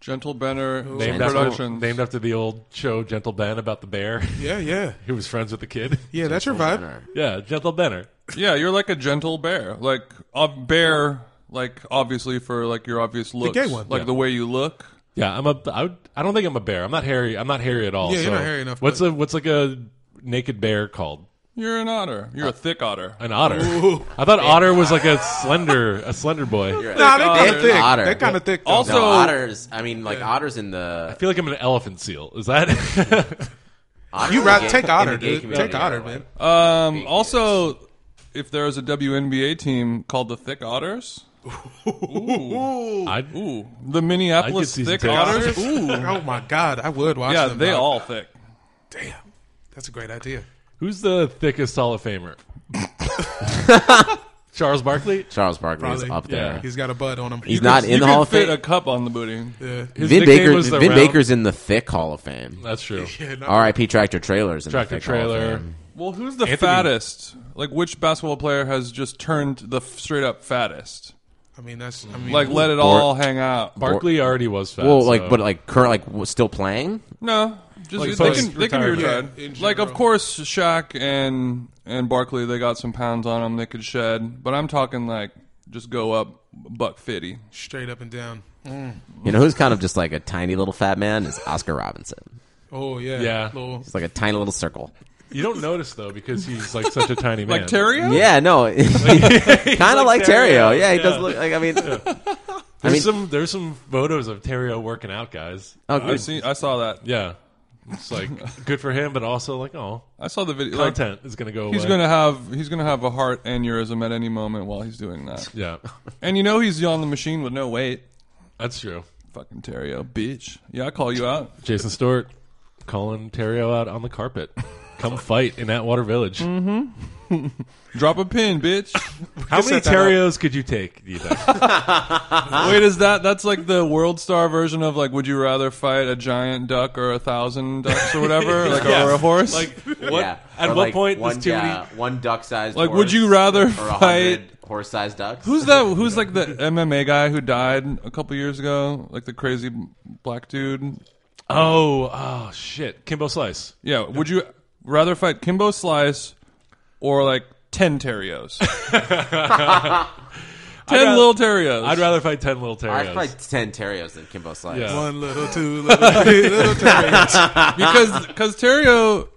Gentle Benner
Named after,
Productions.
named after the old show Gentle Ben about the bear
Yeah, yeah,
who was friends with the kid.
yeah. That's your vibe.
Yeah, Gentle Benner.
yeah, you're like a gentle bear, like a bear, like obviously for like your obvious looks,
gay one.
like the way you look.
Yeah, I'm a. I, would, I don't think I'm a bear. I'm not hairy. I'm not hairy at all.
Yeah, you're
so
not hairy enough,
What's
but-
a what's like a naked bear called?
You're an otter. You're a thick otter.
An otter. I thought otter was like a slender, a slender boy.
Nah,
Uh,
they kind
otters.
of thick.
Otter.
They're kind of thick. Though.
Also-
No, otters. I mean, like otters in the.
I feel like I'm an elephant seal. Is that?
otters
you
in the
rather
gay-
take
in the
otter,
gay
dude.
community
Take
are
otter,
like-
man.
Um, also, if there is a WNBA team called the Thick Otters,
I,
ooh, the Minneapolis
I'd get
Thick
season
Otters,
tickets.
ooh,
Oh my god, I would watch
yeah,
them.
they
dog.
all thick.
Damn, that's a great idea.
who's the thickest Hall of Famer? Charles Barkley.
Charles Barkley
Probably.
is up
Yeah.
there.
He's got a bud on him.
He's not
you
in the
can
Hall of
fit
Fame.
a cup on the booty.
Yeah.
His
Vin
nickname
Baker.
was the
Vin
round-
Baker's in the thick Hall of Fame.
That's true.
Yeah, not-
R.I.P. Tractor Trailers. In
Tractor
the thick Hall of
trailer.
Fame.
Well, who's the fattest? Like, which basketball player has just turned the f- straight up fattest?
I mean, that's. I mean,
Like, let it all hang out.
Barkley already was fat.
Well, like,
so-
but like current, like w- still playing.
No, just
Like
they can
post-
they can be
retirement.
retired.
Yeah, in
like of
general.
course Shaq and and Barkley they got some pounds on them they could shed, but I'm talking like just go up buck fifty.
straight up and down.
You know who's kind of just like a tiny little fat man is Oscar Robinson.
Oh yeah,
Yeah.
Little,
It's like a tiny little circle.
you don't notice though because he's like such a tiny man.
Like Terrio?
Yeah, no, kind of like, Terrio. Yeah, he
yeah.
does look like. I mean, I
There's
mean,
some there's some photos of Terrio working out, guys.
oh,
I
good.
see. I saw that.
Yeah, it's like good for him, but also like oh,
I saw the video. Like,
content is gonna go.
he's
away.
gonna have he's gonna have a heart aneurysm at any moment while he's doing that.
Yeah,
And you know he's on the machine with no weight.
that's true.
Fucking Terrio, bitch. Yeah, I call you out.
Jason Stewart calling Terrio out on the carpet. Come fight in Atwater Village.
Mm-hmm.
Drop a pin, bitch.
How many
set that up.
Terrios could you take? Do you think?
Wait, is that that's like the world star version of like would you rather fight a giant duck or a thousand ducks or whatever, like or a horse?
like what?
Yeah.
At
Or,
what
like,
point
one,
does too
yeah, one duck-sized
Like,
horse
would you rather
or a hundred
fight-
horse-sized ducks?
Who's that? Who's like the MMA guy who died a couple years ago? Like the crazy black dude.
Oh, oh shit! Kimbo Slice.
Yeah. Would you rather fight Kimbo Slice or like ten Terrios? ten
ra-
little Terrios.
I'd rather fight ten little Terrios.
I'd fight ten Terrios than Kimbo Slice.
Yeah.
one little, two little, three little. Terry.
because because Terrio,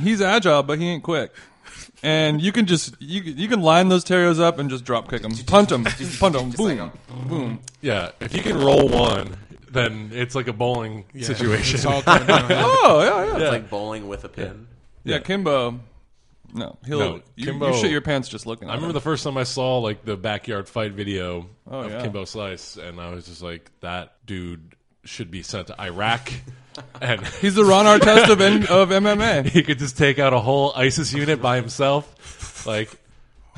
he's agile but he ain't quick. And you can just you can- you can line those Terrios up and just drop kick them, punt them, punt them,
Just like
boom.
Yeah, if you can roll one, then it's like a bowling situation.
It's all coming down.
Oh yeah, yeah, yeah.
It's like bowling with a pin.
Kimbo. No, he'll
No,
you,
Kimbo-
you shit your pants just looking. At
I remember the first time I saw like the backyard fight video of
Oh, yeah.
Kimbo Slice, and I was just like, that dude should be sent to Iraq, and
He's the Ron Artest of, N- of MMA.
he could just take out a whole ISIS unit by himself. Like,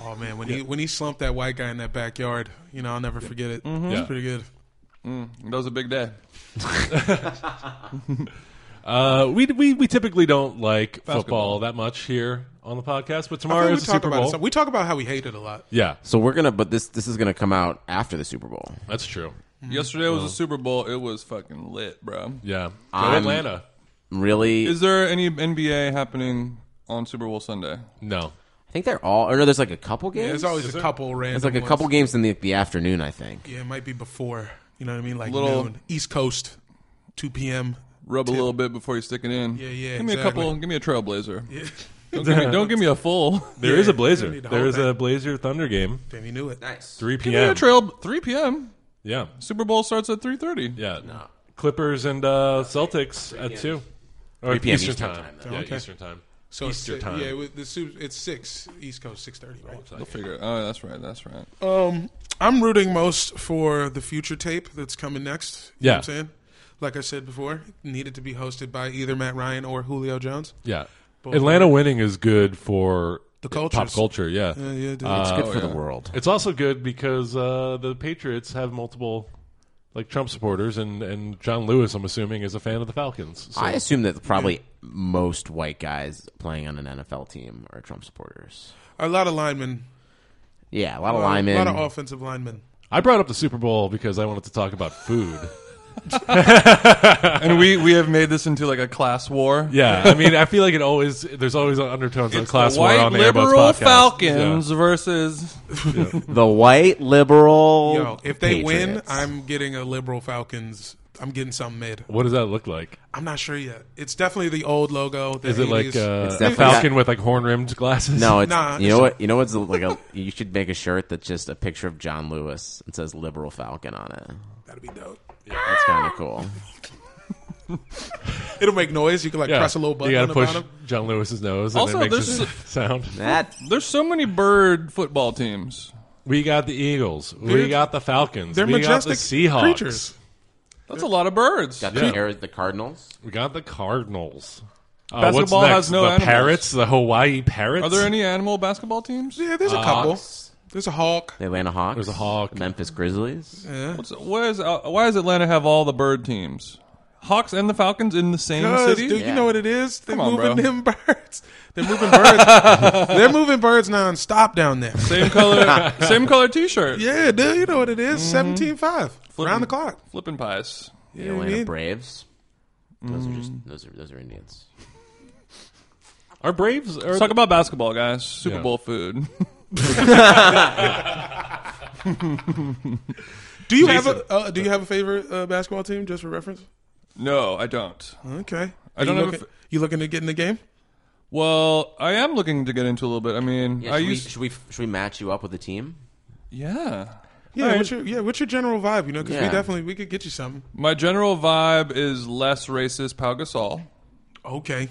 Oh man, when he when he slumped that white guy in that backyard, you know I'll never forget it.
Mm-hmm.
It's
Yeah.
pretty good.
That was a big day.
uh, we we we typically don't like
Basketball.
football that much here on the podcast, but
I
tomorrow
think we
is the
talk
Super
about it
Bowl.
some- We talk about how we hate it a lot.
yeah,
So we're gonna, but this this is gonna come out after the Super Bowl.
that's true.
Yesterday was a Super Bowl. It was fucking lit, bro.
Yeah, go
I'm-
Atlanta.
Really,
Is there any NBA happening on Super Bowl Sunday?
No,
I think they're all. Or no, there's like a couple games.
There's always a couple random.
It's like a
ones.
couple games in the, the afternoon, I think.
Yeah, it might be before. You know what I mean? Like
Little-
noon, East Coast, two p.m.
Rub a little bit before you stick it in.
Yeah, yeah,
Give me a
exactly.
couple. Give me a trailblazer.
Yeah,
Don't, give me, don't give me a full.
there is
Yeah,
a Blazer.
you need to
there
hold
is
back.
a Blazer Thunder game,
damn, you knew it.
Nice.
three
Give me
p.m.
a trail. 3 p.m.
yeah,
Super Bowl starts at 3:30.
Yeah. Clippers and uh, Celtics at two. Or
3 p.m.
Eastern,
Eastern
time.
time,
yeah,
Okay.
Eastern time.
So it's
Easter
si-
time.
Yeah, with the Sup- it's six East Coast, six thirty. Right?
They'll figure. It. Oh, that's right. That's right.
Um, I'm rooting most for the future tape that's coming next. You
Yeah.
know what I'm saying, like I said before, needed to be hosted by either Matt Ryan or Julio Jones.
Yeah.
Both
Atlanta winning is good for
The
pop
cultures.
culture. Uh, Yeah.
Yeah, yeah, dude.
It's good
Oh,
for
yeah.
the world.
It's also good because uh, the Patriots have multiple like Trump supporters, and, and John Lewis, I'm assuming, is a fan of the Falcons. So
I assume that probably most white guys playing on an NFL team are Trump supporters.
a lot of linemen,
Yeah, a lot of
a lot of-
linemen.
a lot of offensive linemen.
I brought up the Super Bowl because I wanted to talk about food.
And we we have made this into like a class war.
yeah, I mean, I feel like it always there's always undertones of
It's
class
the
war
white
on the Airbuds
liberal
podcast.
Falcons versus
the white liberal.
Yo, if they win,
patriots.
I'm getting a liberal Falcons I'm getting something mid.
What does that look like?
I'm not sure yet. It's definitely the old logo. The
Is it like
80s.
uh, a
definitely
falcon with like horn rimmed glasses?
No, it's
Nah,
you
it's-
know what you know what's like a you should make a shirt that's just a picture of John Lewis and says liberal falcon on it.
That'd be dope.
That's kind of cool.
It'll make noise. You can like
Yeah.
press a little button
You
on
gotta
the
push
bottom.
John Lewis's nose. And
Also,
it makes
this
a
is
sound.
That
There's so many bird football teams.
We got the Eagles. we
They're-
got the Falcons.
They're
we
majestic
got the Seahawks.
creatures.
That's a lot of birds.
got
Yeah.
the air, the Cardinals.
We got the Cardinals. Uh,
Basketball
what's next?
has no
the
animals.
parrots. The Hawaii parrots.
Are there any animal basketball teams?
Yeah, there's a couple.
Hawks.
There's a hawk.
The Atlanta Hawks.
There's a hawk.
Memphis Grizzlies.
What's, why, is, uh, why does Atlanta have all the bird teams? Hawks and the Falcons in the same
Cause,
city?
dude, you
Yeah.
know what it is? They're
on,
moving
bro.
them birds. They're moving birds. They're moving birds nonstop down there.
Same color, same color T-shirt.
Yeah, dude, you know what it is? Seventeen five, around the clock.
Flipping pies.
The
You know what I
Atlanta
mean?
Braves. Those are just those are those are Indians.
Our Braves. Are
Let's talk about basketball, guys. Super
Yeah.
Bowl food.
Do you have a uh, Do you have a favorite uh, basketball team? Just for reference.
no, I don't.
Okay.
I don't
you
have a
looking,
fa-
You looking to get in the game?
Well, I am looking to get into a little bit. I mean,
Yeah,
I
should, we,
used
should we should we match you up with a team?
yeah.
Yeah.
All right.
What's your Yeah. What's your general vibe? You know, because we
Yeah.
definitely we could get you something.
My general vibe is less racist, Pau Gasol,
Okay.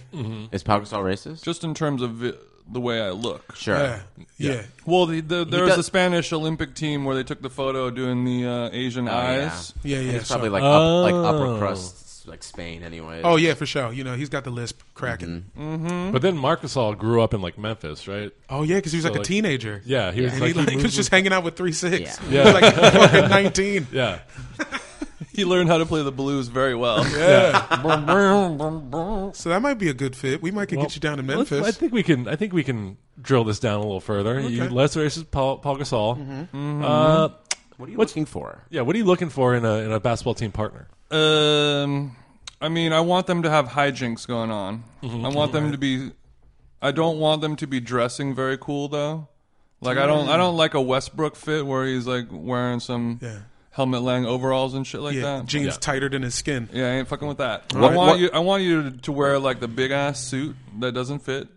Is Pau Gasol racist?
just in terms of vi- the way I look.
Sure.
Yeah. Yeah.
Well, the, the, there was
does-
the Spanish Olympic team where they took the photo doing the uh, Asian
Oh,
eyes.
Yeah. Yeah.
He's
so-
probably like up, like upper crust, like Spain, anyway.
oh yeah, for sure. You know, he's got the lisp cracking.
But then Marcus All grew up in like Memphis, right?
Oh yeah, because he was like a
like-
teenager.
Yeah, he was
And he,
like,
like,
he
was
moved-
just hanging out with three six.
Yeah.
He was like fucking nineteen.
yeah.
He learned how to play the blues very well.
So that might be a good fit. We might could get you down to
Let's-
Memphis.
I think we can. I think we can drill this down a little further. You, less racist, Paul, Paul Gasol.
Mm-hmm.
Uh,
what are you looking for?
yeah. What are you looking for in a in a basketball team partner?
Um, I mean, I want them to have hijinks going on.
Mm-hmm.
I want them to be. I don't want them to be dressing very cool though. Like I
Mm.
don't. I don't like a Westbrook fit where he's like wearing some
Yeah.
helmet lang overalls and shit like
yeah,
that.
jeans tighter than his skin.
yeah, I ain't fucking with that. I
What-
want
what-
you. I want you to wear like the big ass suit that doesn't fit,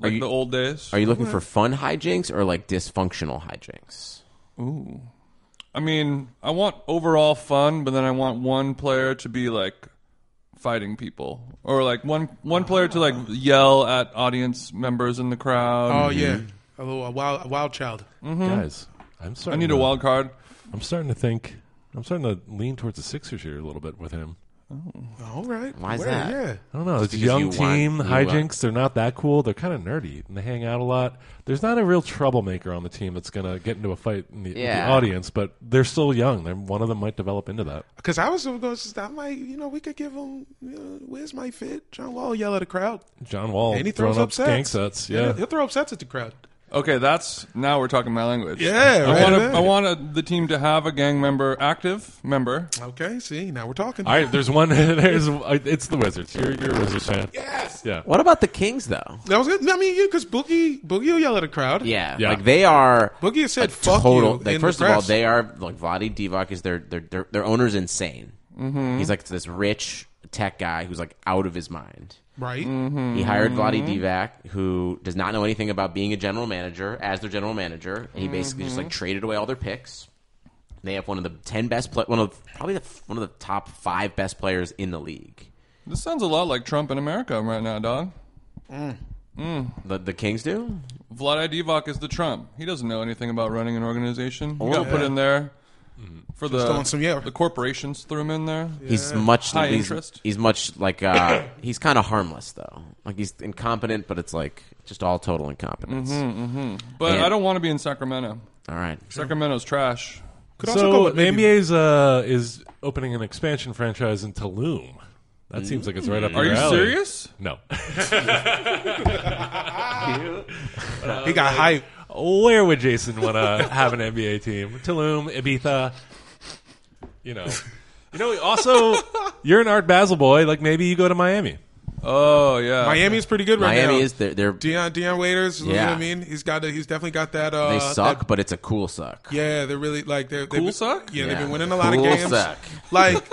like
you-
the old days.
Are you looking for fun hijinks or like dysfunctional hijinks?
I mean, I want overall fun, but then I want one player to be like fighting people, or like one one player to like yell at audience members in the crowd.
Oh yeah, a little a wild a wild child.
Guys, I'm
I
starting.
need
to,
a wild card.
I'm starting to think. I'm starting to lean towards the Sixers here a little bit with him.
All right,
Why is
Where?
that?
Yeah,
I don't know. it's a
because you
young
want-
team.
you want-
hijinks. They're not that cool. They're kind of nerdy and they hang out a lot. There's not a real troublemaker on the team that's going to get into a fight in the, with the
Yeah.
audience, but they're still young. They're, one of them might develop into that.
because I was going to. I'm like, you know, we could give him. You know, where's my fit? John Wall yell at the crowd,
John Wall
and he
throwing
throws
up
up sets.
skank sets. Yeah.
he'll throw upsets at the crowd.
Okay, that's now we're talking my language.
Yeah,
I
right
want
away.
I want a, the team to have a gang member, active member.
Okay, see, now we're talking.
All right. There's one. There's it's the Wizards. You're, you're a Wizards fan.
Yes,
Yeah.
What about the Kings though?
that was good. I mean, because Boogie Boogie will yell at a crowd.
Yeah,
Yeah.
like they are
Boogie has said
a
fuck
total.
you.
like,
in
first
the
of all,
press.
they are like Vladi Divac is their their their, their owner's insane.
Mm-hmm.
He's like this rich tech guy who's like out of his mind.
right.
He
Mm-hmm.
hired Vladi Divac, who does not know anything about being a general manager, as their general manager. And he basically
Mm-hmm.
just like traded away all their picks. They have one of the ten best, play- one of probably the f- one of the top five best players in the league.
This sounds a lot like Trump in America right now, dog.
The, the Kings do.
Vlad Divac is the Trump. He doesn't know anything about running an organization.
Oh,
You got to put in there for the
Mm-hmm. throwing some- yeah.
the corporations threw him in there.
He's much
High
he's,
interest.
He's much like uh, he's kind of harmless though. Like he's incompetent, but it's like just all total incompetence.
But
Yeah.
I don't want to be in Sacramento.
All right,
Sacramento's trash.
Could also go
So
with
the
maybe-
NBA's uh, is opening an expansion franchise in Tulum.
Mm.
That seems like it's right up.
Are
your
you
alley.
serious?
No.
he got hype.
Where would Jason want to have an NBA team? Tulum, Ibiza. You know. You know. Also, you're an Art Basel boy. Like maybe you go to Miami.
Oh yeah,
Miami is pretty good right now.
Miami is they're, they're they
Deion Deion Waiters. You know
Yeah.
what I mean? He's got. A, he's definitely got that. Uh,
suck,
that-
but it's a cool suck.
yeah, they're really like they're they've
Cool
been-
suck?
Yeah,
Yeah.
they've been winning a lot of
Cool
games.
suck.
Like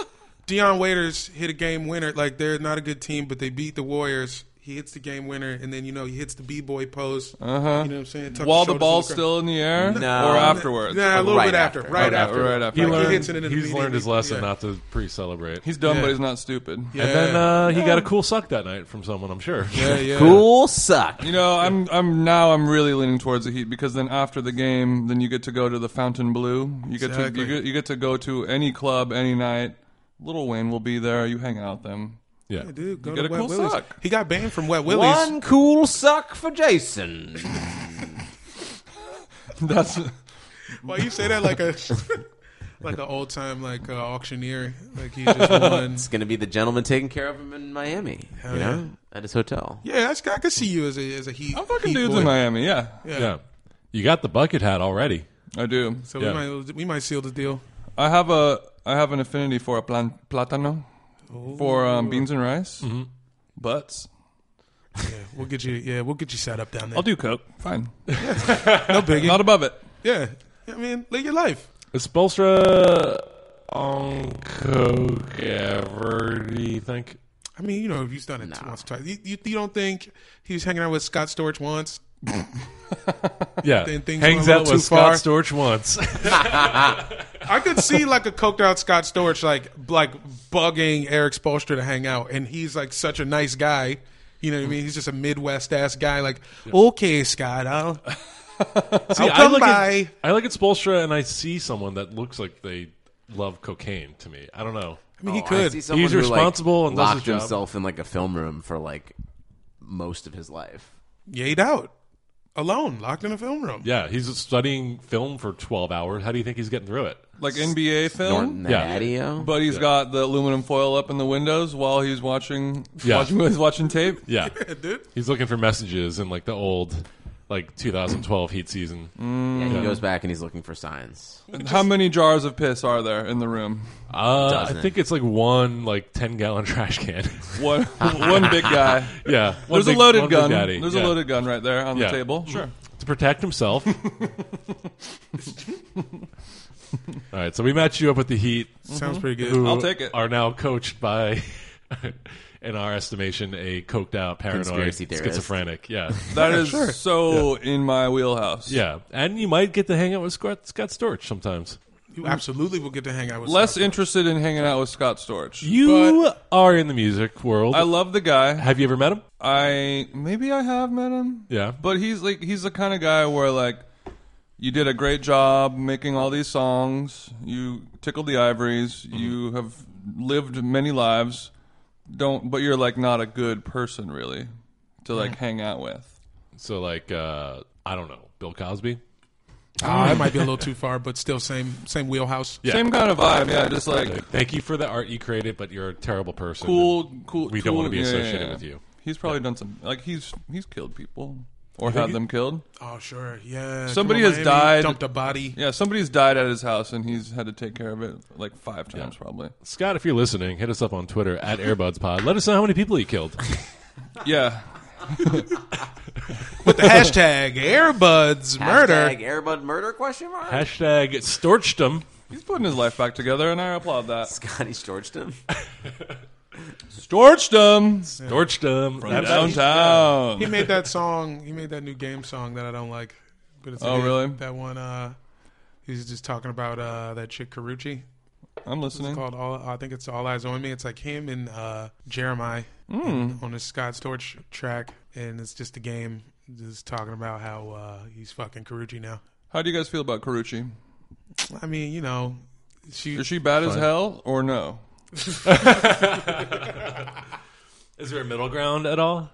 Deion Waiters hit a game winner. Like they're not a good team, but they beat the Warriors. He hits the game winner, and then you know he hits the b boy pose. Uh huh. You know what I'm saying? Tucks
Uh-huh. While
his
the
shoulders
ball's
to the ground.
still in the air,
No.
or afterwards.
Nah, a little
Right
bit after.
after.
Right
Right
after.
after, right after.
Like,
He
hits it in an
he's learned his
immediate-
lesson
yeah.
not to pre-celebrate.
He's dumb,
Yeah.
but he's not stupid.
Yeah.
and then uh, he got a cool suck that night from someone, I'm sure.
Yeah, yeah.
Cool suck.
You know, I'm I'm now I'm really leaning towards the Heat because then after the game, then you get to go to the Fontainebleau. You get
Exactly.
to you get, you get to go to any club any night. Little Wayne will be there. You hang out with them.
Yeah.
Dude, go
get
to
a
Wet
cool
Willie's.
sock.
He got banned from Wet Willie's.
One cool suck for Jason.
That's
Why you say that like a like an old time like uh, auctioneer? Like he just won.
It's going to be the gentleman taking care of him in Miami, you know, at his hotel.
yeah, that's, I could see you as a as a heat.
I'm fucking
heat
dudes
boy.
in Miami. Yeah,
Yeah. You got the bucket hat already.
I do.
So
Yeah.
we might we might seal the deal.
I have a I have an affinity for a plan, platano, for um, beans and rice, butts.
Yeah, we'll get you. Yeah, we'll get you set up down there.
I'll do coke. Fine,
no biggie.
not above it.
yeah, I mean, live your life.
Is Spolstra on coke ever, do you think?
I mean, you know, if you've done it once or twice, you, you, you don't think he was hanging out with Scott Storch once?
Yeah.
Then things
Hangs
went a
out
little
with
too far.
Scott Storch once.
I could see like a coked out Scott Storch like like bugging Eric Spolstra to hang out, and he's like such a nice guy. You know what I mean? He's just a Midwest ass guy. Like, okay, Scott, I'll, I'll
I
come
look,
by.
at, I look at Spolstra and I see someone that looks like they love cocaine to me. I don't know.
I mean, he
Oh, I
could.
see someone
He's
who, like,
responsible and does
locked
his job.
himself in like a film room for like most of his life.
Yayed out alone, locked in a film room.
Yeah, he's studying film for 12 hours. How do you think he's getting through it?
Like NBA film.
Norton
Yeah.
Adio.
But he's got the aluminum foil up in the windows while he's watching.
Yeah.
watching he's watching tape.
Yeah.
Dude,
he's looking for messages in like the old like 2012 heat season.
yeah, he goes back and he's looking for signs.
How many jars of piss are there in the room?
Uh, I
Doesn't.
think it's like one like 10 gallon trash can.
One, one big guy.
yeah. one
There's
big-
a loaded
one big
gun.
daddy.
There's
Yeah.
a loaded gun right there on
Yeah.
the table. Sure.
to protect himself. All right, so we matched you up with the Heat.
sounds pretty good.
who
I'll take it.
Are now coached by, in our estimation, a coked out paranoid
Conspiracy theorist.
schizophrenic. Yeah,
That is so in my wheelhouse.
yeah, and you might get to hang out with Scott, Scott Storch sometimes.
You absolutely will get to hang out with
Less
Scott.
interested in hanging out with Scott Storch.
You are in the music world.
I love the guy.
Have you ever met him?
I maybe I have met him.
Yeah,
But he's like he's the kind of guy where like you did a great job making all these songs. You tickled the ivories.
Mm-hmm.
You have lived many lives. Don't but you're like not a good person really to like
Mm-hmm.
hang out with.
so like uh, I don't know, Bill Cosby.
Ah, that might be a little too far, but still same same wheelhouse.
Yeah.
Same kind of vibe, yeah. Just like
Like, thank you for the art you created, but you're a terrible person.
cool, cool.
We don't
cool-
want to be
yeah, yeah,
associated
yeah.
with you.
He's probably done some like he's he's killed people or had them killed.
Oh sure, yeah.
Somebody
Come
has died.
Dumped a body.
Yeah, somebody's died at his house and he's had to take care of it like five times probably.
Scott, if you're listening, hit us up on Twitter at AirbudsPod. Let us know how many people you killed.
Yeah.
With the hashtag Airbuds murder.
Hashtag Airbud murder question mark?
Hashtag Storched them.
He's putting his life back together and I applaud that.
Scotty Georgeston.
Storched him
Storched them.
He
downtown.
made that song. He made that new game song that I don't like. But it's a
Oh,
hit.
really?
That one. Uh, he's just talking about uh, that chick Carucci.
I'm
It's
listening.
called All. I think it's All Eyes on Me. It's like him and uh, Jeremiah
Hmm.
on the Scott Storch track, and it's just the game. Just talking about how uh, he's fucking Carucci now.
How do you guys feel about Carucci?
I mean, you know, she.
Is she bad as hell or no?
Is there a middle ground at all?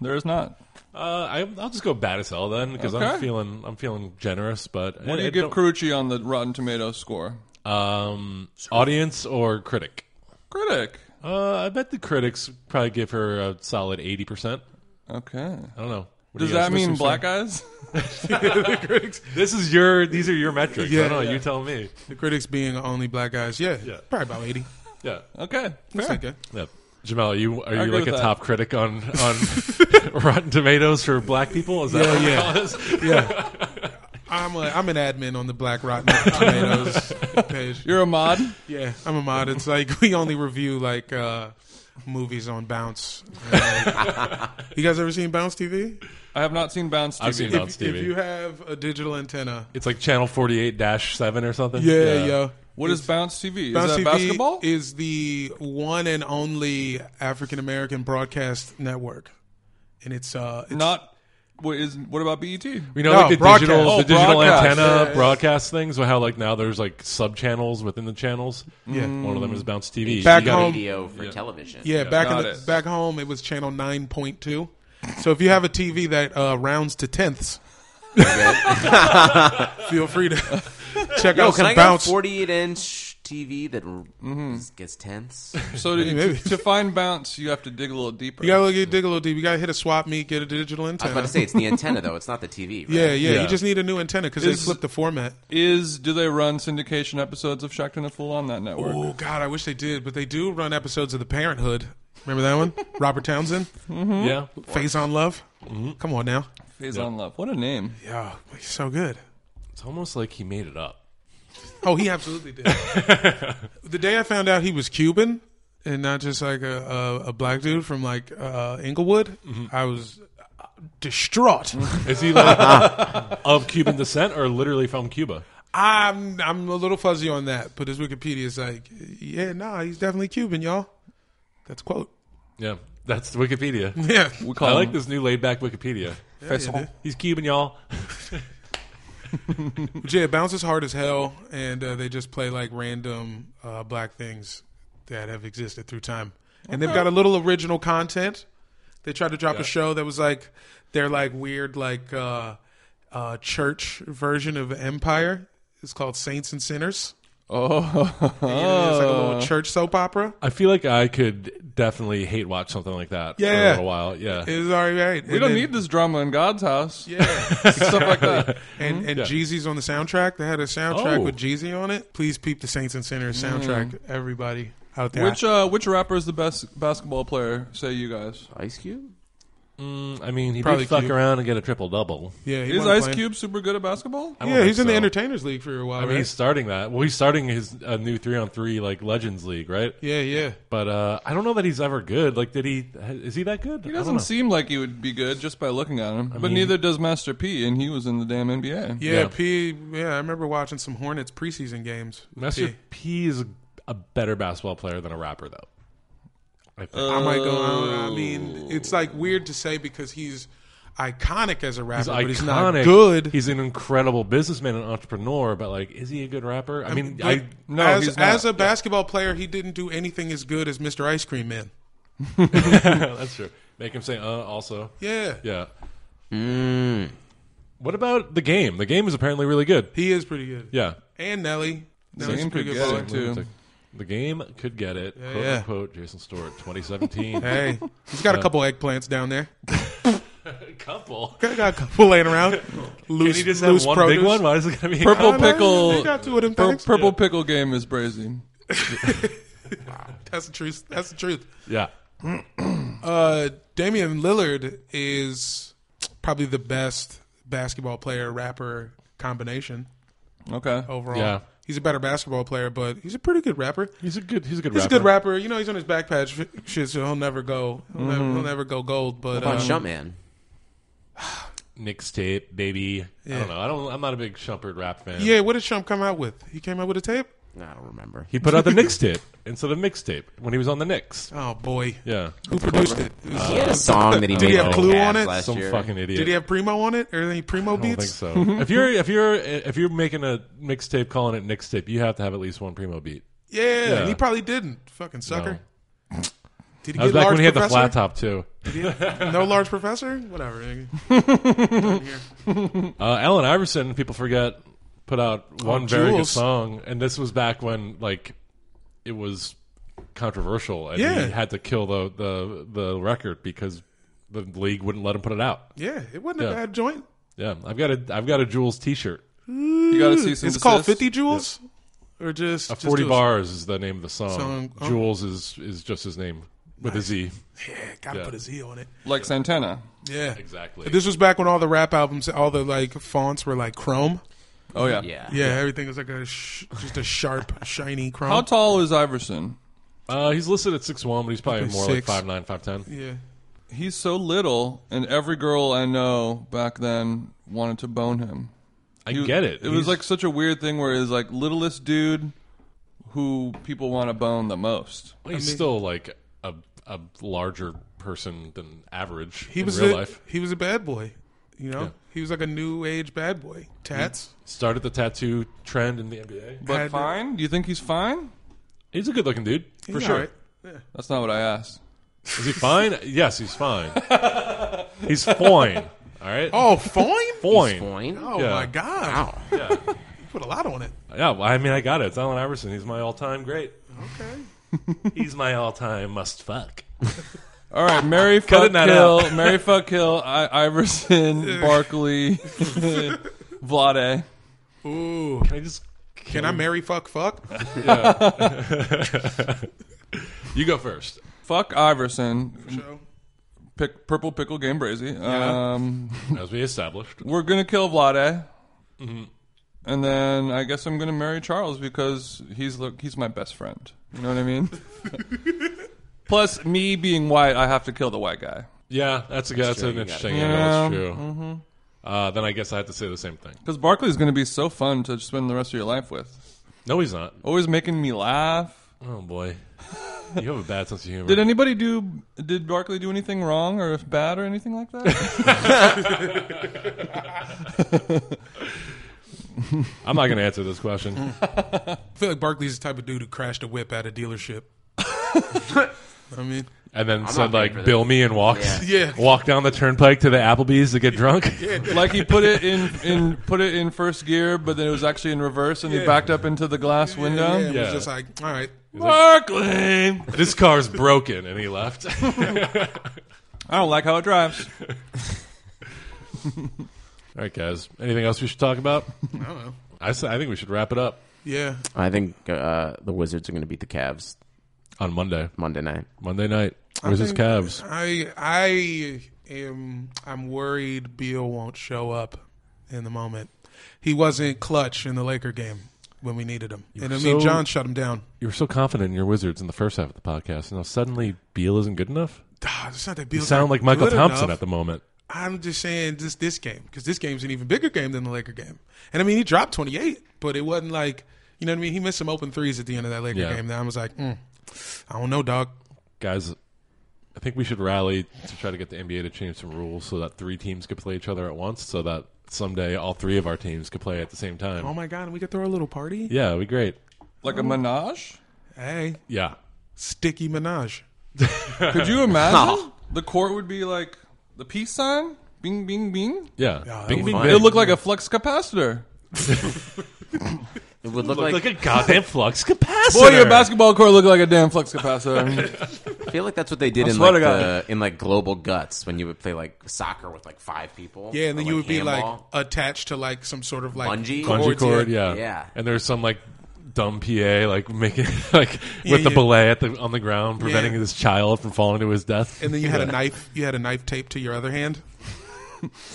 There is not.
Uh, I, I'll just go bad as hell then because I'm
Okay.
feeling I'm feeling generous. But
What
I- I
do you give
don't-
Carucci on the Rotten Tomatoes score?
um, audience or critic?
Critic.
Uh, I bet the critics probably give her a solid eighty percent.
Okay.
Oh,
I don't know. What do
Does
you guys-
that mean black eyes?
this is your? These are your metrics. I
Yeah,
don't know.
yeah.
You tell me.
The critics being only black guys. Yeah, probably about eighty.
Yeah.
Okay.
It's
Fair.
like a-
yeah. Jamel, you are you
agree
like a
with that.
top critic on on Rotten Tomatoes for black people? Is that what
yeah.
it is?
I'm a, I'm an admin on the Black Rotten Tomatoes page.
You're a mod.
Yeah, I'm a mod. It's like we only review like uh, movies on Bounce. Uh, you guys ever seen Bounce TV?
I have not seen Bounce TV.
I've seen Bounce
If you
TV.
have a digital antenna,
It's like channel forty eight dash seven or something.
yeah, yo.
What is Bounce TV?
Bounce
is that
TV
basketball?
is the one and only African American broadcast network, and it's uh, it's,
not. What is? What about E BET?
You know,
No,
like the
broadcast.
digital,
Oh,
the digital
broadcast.
antenna
Yeah, yeah.
broadcast things. Where how like now there's like sub channels within the channels. Yeah, one of them is Bounce TV.
Back
You gotta-
home.
radio for television.
Yeah, back in
Got
the,
it.
back home, it was channel nine point two. So if you have a TV that uh, rounds to tenths, feel free to check
Yo,
out
Oh, can
some
I get a
bounce. Mm-hmm.
48 inch TV that r- gets tense?
So to,
maybe.
to find Bounce, you have to dig a little deeper.
you gotta look at dig a little deep. You gotta hit a swap meet, get a digital
I was
antenna.
about to say it's the antenna though. It's not the TV. Right?
yeah, yeah,
Yeah.
You just need a new antenna because they
Is-
flipped the format.
is do they run syndication episodes of Shacked and a Fool on that network?
Oh God, I wish they did, but they do run episodes of The Parenthood. Remember that one? Robert Townsend, Mm-hmm.
Yeah,
Phase on Love. Come on now,
Phase on Love. What a name.
Mm-hmm. yeah, he's so good.
it's almost like he made it up.
Oh, he absolutely did. the day I found out he was Cuban and not just like a, a, a black dude from like uh, Inglewood, I was uh, distraught.
Is he like of Cuban descent or literally from Cuba?
I'm I'm a little fuzzy on that, but his Wikipedia is like, yeah, nah, he's definitely Cuban, y'all. That's a quote.
Yeah, that's Wikipedia.
Yeah,
We call
I like
him
this new laid back Wikipedia.
Faison.
He's Cuban, y'all.
but yeah, it bounces hard as hell, and uh, they just play like random uh, black things that have existed through time, and they've got a little original content. They tried to drop a show that was like their like weird like uh, uh, church version of Empire. It's called Saints and Sinners.
Oh,
And, you know, it's like a
Uh.
little church soap opera.
I feel like I could definitely hate watch something like that for
Yeah.
a little while. Yeah.
It was all right.
we don't need this drama in God's house.
Yeah,
Stuff like that.
and and Jeezy's on the soundtrack. They had a soundtrack
Oh.
with Jeezy on it. Please peep the Saints and Sinners soundtrack, everybody out there.
Which uh, which rapper is the best basketball player? Say you guys.
Ice Cube.
Mm, I mean, he
Probably
did fuck
Cuban.
around and get a triple double.
yeah, he
Is
wasn't
Ice
playing.
Cube super good at basketball?
I don't
Yeah,
think
he's in the
Oh, so.
Entertainers League for a while.
I mean,
right?
he's starting that. Well, he's starting his a new three on three like Legends League, right?
yeah, yeah.
But uh, I don't know that he's ever good. Like, did he? Is he that good?
He doesn't seem like he would be good just by looking at him. but neither does Master P, and he was in the damn NBA.
Yeah,
Yeah.
P. Yeah, I remember watching some Hornets preseason games. with
Master
P.
P is a better basketball player than a rapper, though. I think.
I might go. I, don't- I mean, it's like weird to say because he's iconic as a rapper,
He's
but
iconic.
he's not good.
He's an incredible businessman and entrepreneur, but like, is he a good rapper? I mean, I,
But
no,
as,
he's not.
as a basketball player, he didn't do anything as good as Mr. Ice Cream Man.
that's true. Make him say, "Uh." Also,
Yeah,
yeah. What about the game? The game is apparently really good.
he is pretty good.
Yeah,
And Nelly, Nelly's
Same
a pretty
could
good baller
get it, too.
too.
the game could get it. quote
yeah.
unquote. Jason Stewart, 2017.
Hey, he's
Uh,
got a couple eggplants down there.
couple.
Got got a couple laying around. Loose,
Can he just
loose
have one
produce.
big one? Why is it gonna be
Purple
I don't know,
pickle.
He got two of them
pur-
things.
purple pickle game is brazy.
That's the truth. That's the truth.
Yeah,
Uh, Damian Lillard is probably the best basketball player rapper combination
Okay.
overall.
Yeah.
He's a better basketball player, but he's a pretty good rapper.
he's a good. He's a good.
He's
rapper.
a good rapper. You know, he's on his back patch f- shit, so he'll never go. He'll,
Mm-hmm.
never, he'll never go gold. But
About
um,
Shutman.
Mixtape, baby. I
Yeah.
don't know. I don't. I'm not a big Shumpert rap fan.
yeah, what did Shump come out with? He came out with a tape.
I don't remember.
He put out the Knicks tape instead of mixtape when he was on the Knicks.
Oh boy,
Yeah.
who produced it? It was-
He had a song that he
Did
made.
he
for
have
the
Clue
Cavs
on it?
Last
Some
year.
fucking idiot.
did he have Primo on it? Or any Primo
I don't think
beats?
so. if you're if you're if you're making a mixtape calling it Knicks tape, you have to have at least one primo beat.
Yeah, and he probably didn't. Fucking sucker.
No.
Did he
That was
get
back
large
when he had the
professor?
flat top too.
No large professor? Whatever. nigga.
Uh, Allen Iverson, people forget, put out one very good
Oh, Jules.
song, and this was back when like it was controversial, and
Yeah.
he had to kill the the the record because the league wouldn't let him put it out.
Yeah, it wasn't
Yeah.
a bad joint.
Yeah, I've got a I've got a Jules T-shirt.
You got to see some.
It's called
desist.
50 joules or just
A
just
Forty
joules?
bars is the name of the song.
Song- oh.
Jules is is just his name. with a Z.
Yeah, gotta put a Z on it.
Like Santana.
Yeah,
Exactly.
This was back when all the rap albums, all the like fonts were like chrome.
Oh yeah.
Yeah.
Yeah, everything was like a sh- just a sharp, shiny chrome.
How tall is Iverson?
Uh, he's listed at six one, but he's probably
Okay,
more
six.
like five nine, five ten.
yeah,
He's so little, and every girl I know back then wanted to bone him.
I
He-
get it.
It was
He's-
like such a weird thing where it was like littlest dude who people want to bone the most.
he's still like a a larger person than average
he
in
was
real
a,
life.
He was a bad boy. You know,
Yeah. Mm.
he was like a new age bad boy. Tats.
Started the tattoo trend in the NBA.
But
Had-
fine? Do you think he's fine?
He's a good looking dude for
He's
sure.
alright.
That's not what I asked.
Is he fine? yes, he's fine. He's fine. All right.
Oh, fine.
fine.
Point.
Oh
Yeah.
my god. Wow. Yeah. you put a lot on it.
Yeah. Well, I mean, I got it. It's Allen Iverson. He's my all time great.
Okay.
He's my all time must fuck.
All right, Mary fuck
Cutting that
kill, Mary fuck kill, I- Iverson, Barkley, Vlade.
Ooh.
Can I just?
Can I marry? Fuck. Fuck.
You go first.
Fuck Iverson.
So,
Pick, purple pickle game brazy. Um,
As we established,
we're gonna kill Vlade,
Mm-hmm.
and then I guess I'm gonna marry Charles because he's look he's my best friend. You know what I mean? Plus, me being white, I have to kill the white guy
yeah, that's a that's an interesting angle.
Yeah.
That's true.
Mm-hmm.
Uh, then I guess I have to say the same thing.
because Barkley's gonna be so fun to spend the rest of your life with.
No, he's not.
Always making me laugh.
Oh boy, you have a bad sense of humor.
Did anybody do? Did Barkley do anything wrong or bad or anything like that?
I'm not going to answer this question.
I feel like Barkley's the type of dude who crashed a whip at a dealership. I mean,
And then
not
said
here
like, "Bill me," and walked
Yeah. Yeah.
walked down the turnpike to the Applebee's to get drunk.
like he put it in in put it in first gear, but then it was actually in reverse, and he backed up into the glass window.
yeah, it
Yeah.
was just like, all right,
Barkley,
this car's broken, and he left.
I don't like how it drives.
All right, guys. Anything else we should talk about?
I don't know.
I, s- I think we should wrap it up
Yeah,
I think uh, the Wizards are going to beat the Cavs
on Monday.
Monday night.
Monday night. Where's his
think-
Cavs?
I I am I'm worried Beal won't show up in the moment. He wasn't clutch in the Laker game when we needed him, and I mean
so-
John shut him down.
You were so confident in your Wizards in the first half of the podcast, and now suddenly Beal isn't good enough.
Ah, It's not that Beal
You sound like Michael Thompson at
Enough.
the moment.
I'm just saying just this game because this game's an even bigger game than the Laker game, and I mean he dropped 28, but it wasn't like you know what I mean. He missed some open threes at the end of that Laker
Yeah.
game. That I was like, mm, I don't know, dog.
Guys, I think we should rally to try to get the NBA to change some rules so that three teams could play each other at once, so that someday all three of our teams could play at the same time.
Oh my god, and we could throw a little party.
yeah, it'd be great.
Like a menage?
Hey,
Yeah.
sticky menage.
Could you imagine? the court would be like the peace sign? Bing, bing, bing.
Yeah.
that
bing,
would
bing,
be
bing.
It looked like a flux capacitor.
It would look like,
Like a goddamn flux capacitor.
Boy, your basketball court looked like a damn flux capacitor.
I feel like that's what they did in
swear
like,
to
the, in like global guts when you would play like soccer with like five people.
Yeah, and then
Or,
you would be like
handball.
attached to like some sort of like
Bungee?
cord,
bungee cord,
yeah.
yeah.
Yeah.
And there's some like dumb PA like making like with the
yeah.
belay at the on the ground, preventing
Yeah.
this child from falling to his death.
And then you had a knife. You had a knife taped to your other hand.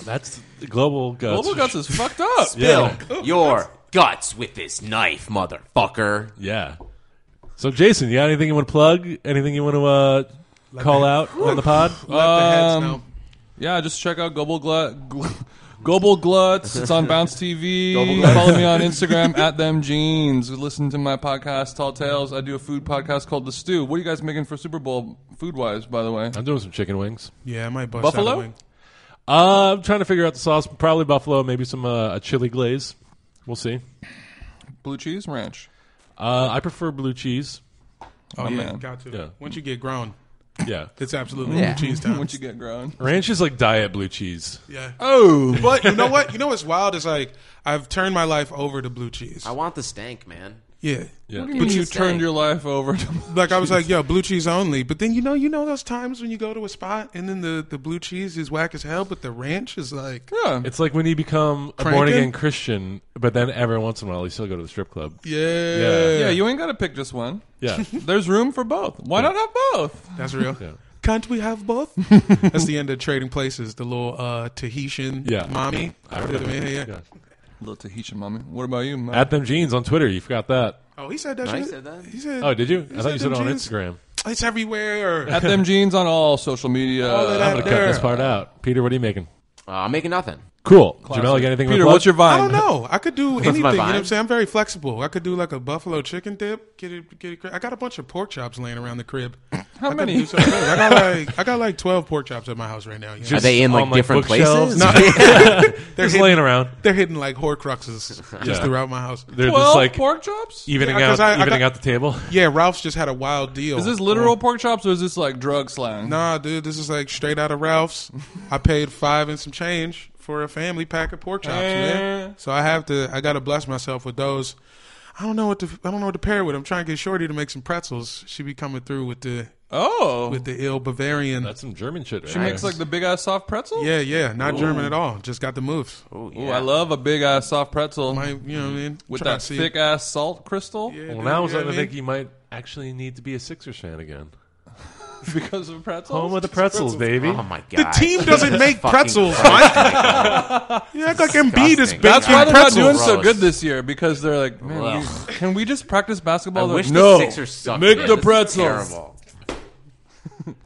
That's the global guts.
Global Guts is fucked up.
yeah.
your guts with this knife, motherfucker.
yeah. So Jason, you got anything you want to plug? Anything you want to uh, call out on the pod? Uh,
Let the heads
Um,
know.
Yeah, just check out Global Glut. Gl- Global Gluts. It's on Bounce TV.
Gobble
Follow me on Instagram at them jeans. Listen to my podcast, Tall Tales. I do a food podcast called The Stew. What are you guys making for Super Bowl food wise, by the way?
I'm doing some chicken wings.
Yeah, I might bust
Buffalo?
out a wing.
Uh, I'm trying to figure out the sauce. Probably buffalo, maybe some uh, a chili glaze. We'll see.
Blue Cheese Ranch.
Uh, I prefer blue cheese.
Oh
My
yeah,
man.
got to.
Yeah.
Once you get grown,
Yeah,
it's absolutely
Yeah.
cheese time.
What you get growing?
ranch is like diet blue cheese.
yeah.
Oh,
But you know what? You know what's wild is like I've turned my life over to blue cheese.
I want the stank, man.
Yeah.
Yeah,
But you
Just saying.
turned your life over to
Like I was like, yo, blue cheese only. But then you know, you know those times when you go to a spot and then the, the blue cheese is whack as hell, but the ranch is like
Yeah.
It's like when you become a
Cranking?
born again Christian But then every once in a while, you still go to the strip club.
Yeah.
Yeah.
Yeah, you ain't got to pick just one.
Yeah.
There's room for both. Why not have both?
That's real.
Yeah.
Can't we have both? That's the end of Trading Places. The little uh, Tahitian
Yeah.
mommy.
I
You know what I mean?
remember.
Yeah.
Yeah.
Little Tahitian mommy. What about you? Matt?
At them jeans on Twitter. You forgot that.
Oh, he said that.
I
shit.
said that.
He said.
Oh, did you? I
said
thought you said it
them
on
jeans.
Instagram.
It's everywhere.
At them jeans on all social media.
All of Oh, that
I'm gonna cut
there.
this part out. Peter, what are you making?
Uh, I'm making nothing.
Cool. Jamel, you got anything? to
Peter,
plug?
what's your
I
vine?
don't know. I could do anything. You
my
know what I'm
vibe.
saying? I'm very flexible. I could do like a buffalo chicken dip. Get it, get it. cra- I got a bunch of pork chops laying around the crib.
How
I, could
many?
do something. I got like I got like 12 pork chops at my house right now. you know?
Are they in
on,
like
like,
different
bookshelves?
places?
No.
Just
hitting-
laying around.
They're hitting like horcruxes just
Yeah.
throughout my house.
They're just
Twelve
like
pork chops?
evening
Yeah,
out,
'cause I- I
evening
got-
out the table.
Yeah, Ralph's just had a wild deal.
Is this literal pork chops or is this like drug slang?
Nah, dude, this is like straight out of Ralph's. I paid five and some change for a family pack of pork chops,
Eh.
man. So I have to, I gotta bless myself with those. I don't know what to, I don't know what to pair with. I'm trying to get Shorty to make some pretzels. She be coming through with the
Oh.
with the ill Bavarian.
That's some German shit. Right
she makes like the big ass soft pretzel?
yeah, yeah, not German at all. Just got the moves.
Oh,
Ooh, I love a big ass soft pretzel
My, you know what I mean?
with
Try
that
to see-
thick ass salt crystal
Yeah,
Well,
dude,
now
you
I'm
know
starting
what
to
I mean?
think you might actually need to be a Sixers fan again.
because of pretzels.
Home of the pretzels, baby.
Oh my
the
god.
team doesn't make
Fucking
pretzels.
Christ.
Mike. You act like Embiid is baking
Disgusting.
That's why they're not
pretzels.
doing so
Gross.
good this year because they're like, man,
Ugh.
we- can we just practice
I
basketball? They're
wish
like,
the Sixers sucked.
Make
man.
the
This is
pretzels.
terrible.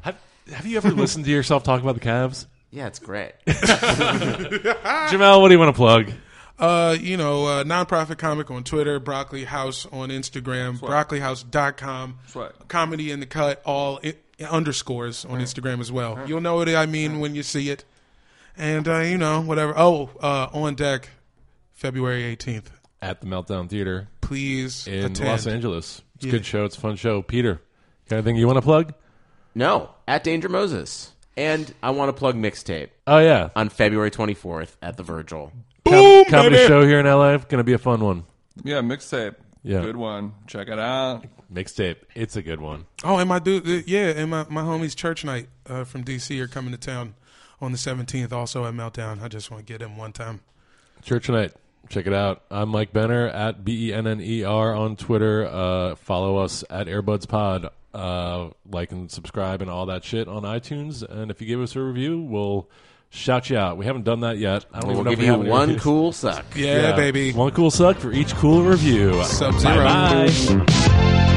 Have, have you ever listened to yourself talk about the Cavs?
Yeah, it's great.
Jamel, what do you want to plug?
Uh, you know, uh, nonprofit comic on Twitter, Broccoli House on Instagram, broccolihouse.com.
right.
Comedy in the cut, all i underscores on Instagram as
Uh-huh.
well. You'll know what I mean when you see it. And, uh, you know, whatever. Oh, uh, on deck, February 18th.
At the Meltdown Theater
Please
in
attend.
Los Angeles. It's a
Yeah.
good show. It's a fun show. Peter, got anything you want to plug?
No, at Danger Moses. And I want to plug mixtape
Oh, yeah.
on February 24th at the Virgil.
Boom, comedy show here in LA. Going to be a fun one.
yeah, mixtape.
Yeah.
Good one. Check it out.
Mixtape. It's a good one.
Oh, and my dude, uh, yeah, and my, my homies Church Night uh, from D.C. are coming to town on the 17th, also at Meltdown. I just want to get them one time.
Church Tonight. Check it out. I'm Mike Benner at B E N N E R on Twitter. Uh, follow us at Airbuds Pod. Uh, like and subscribe and all that shit on iTunes. And if you give us a review, we'll shout you out. We haven't done that yet. I don't
We'll
even know if
give
we
you
have any
one
reviews.
cool suck.
Yeah,
Yeah.
baby.
One cool suck for each cool review.
Sub-Zero.
Bye.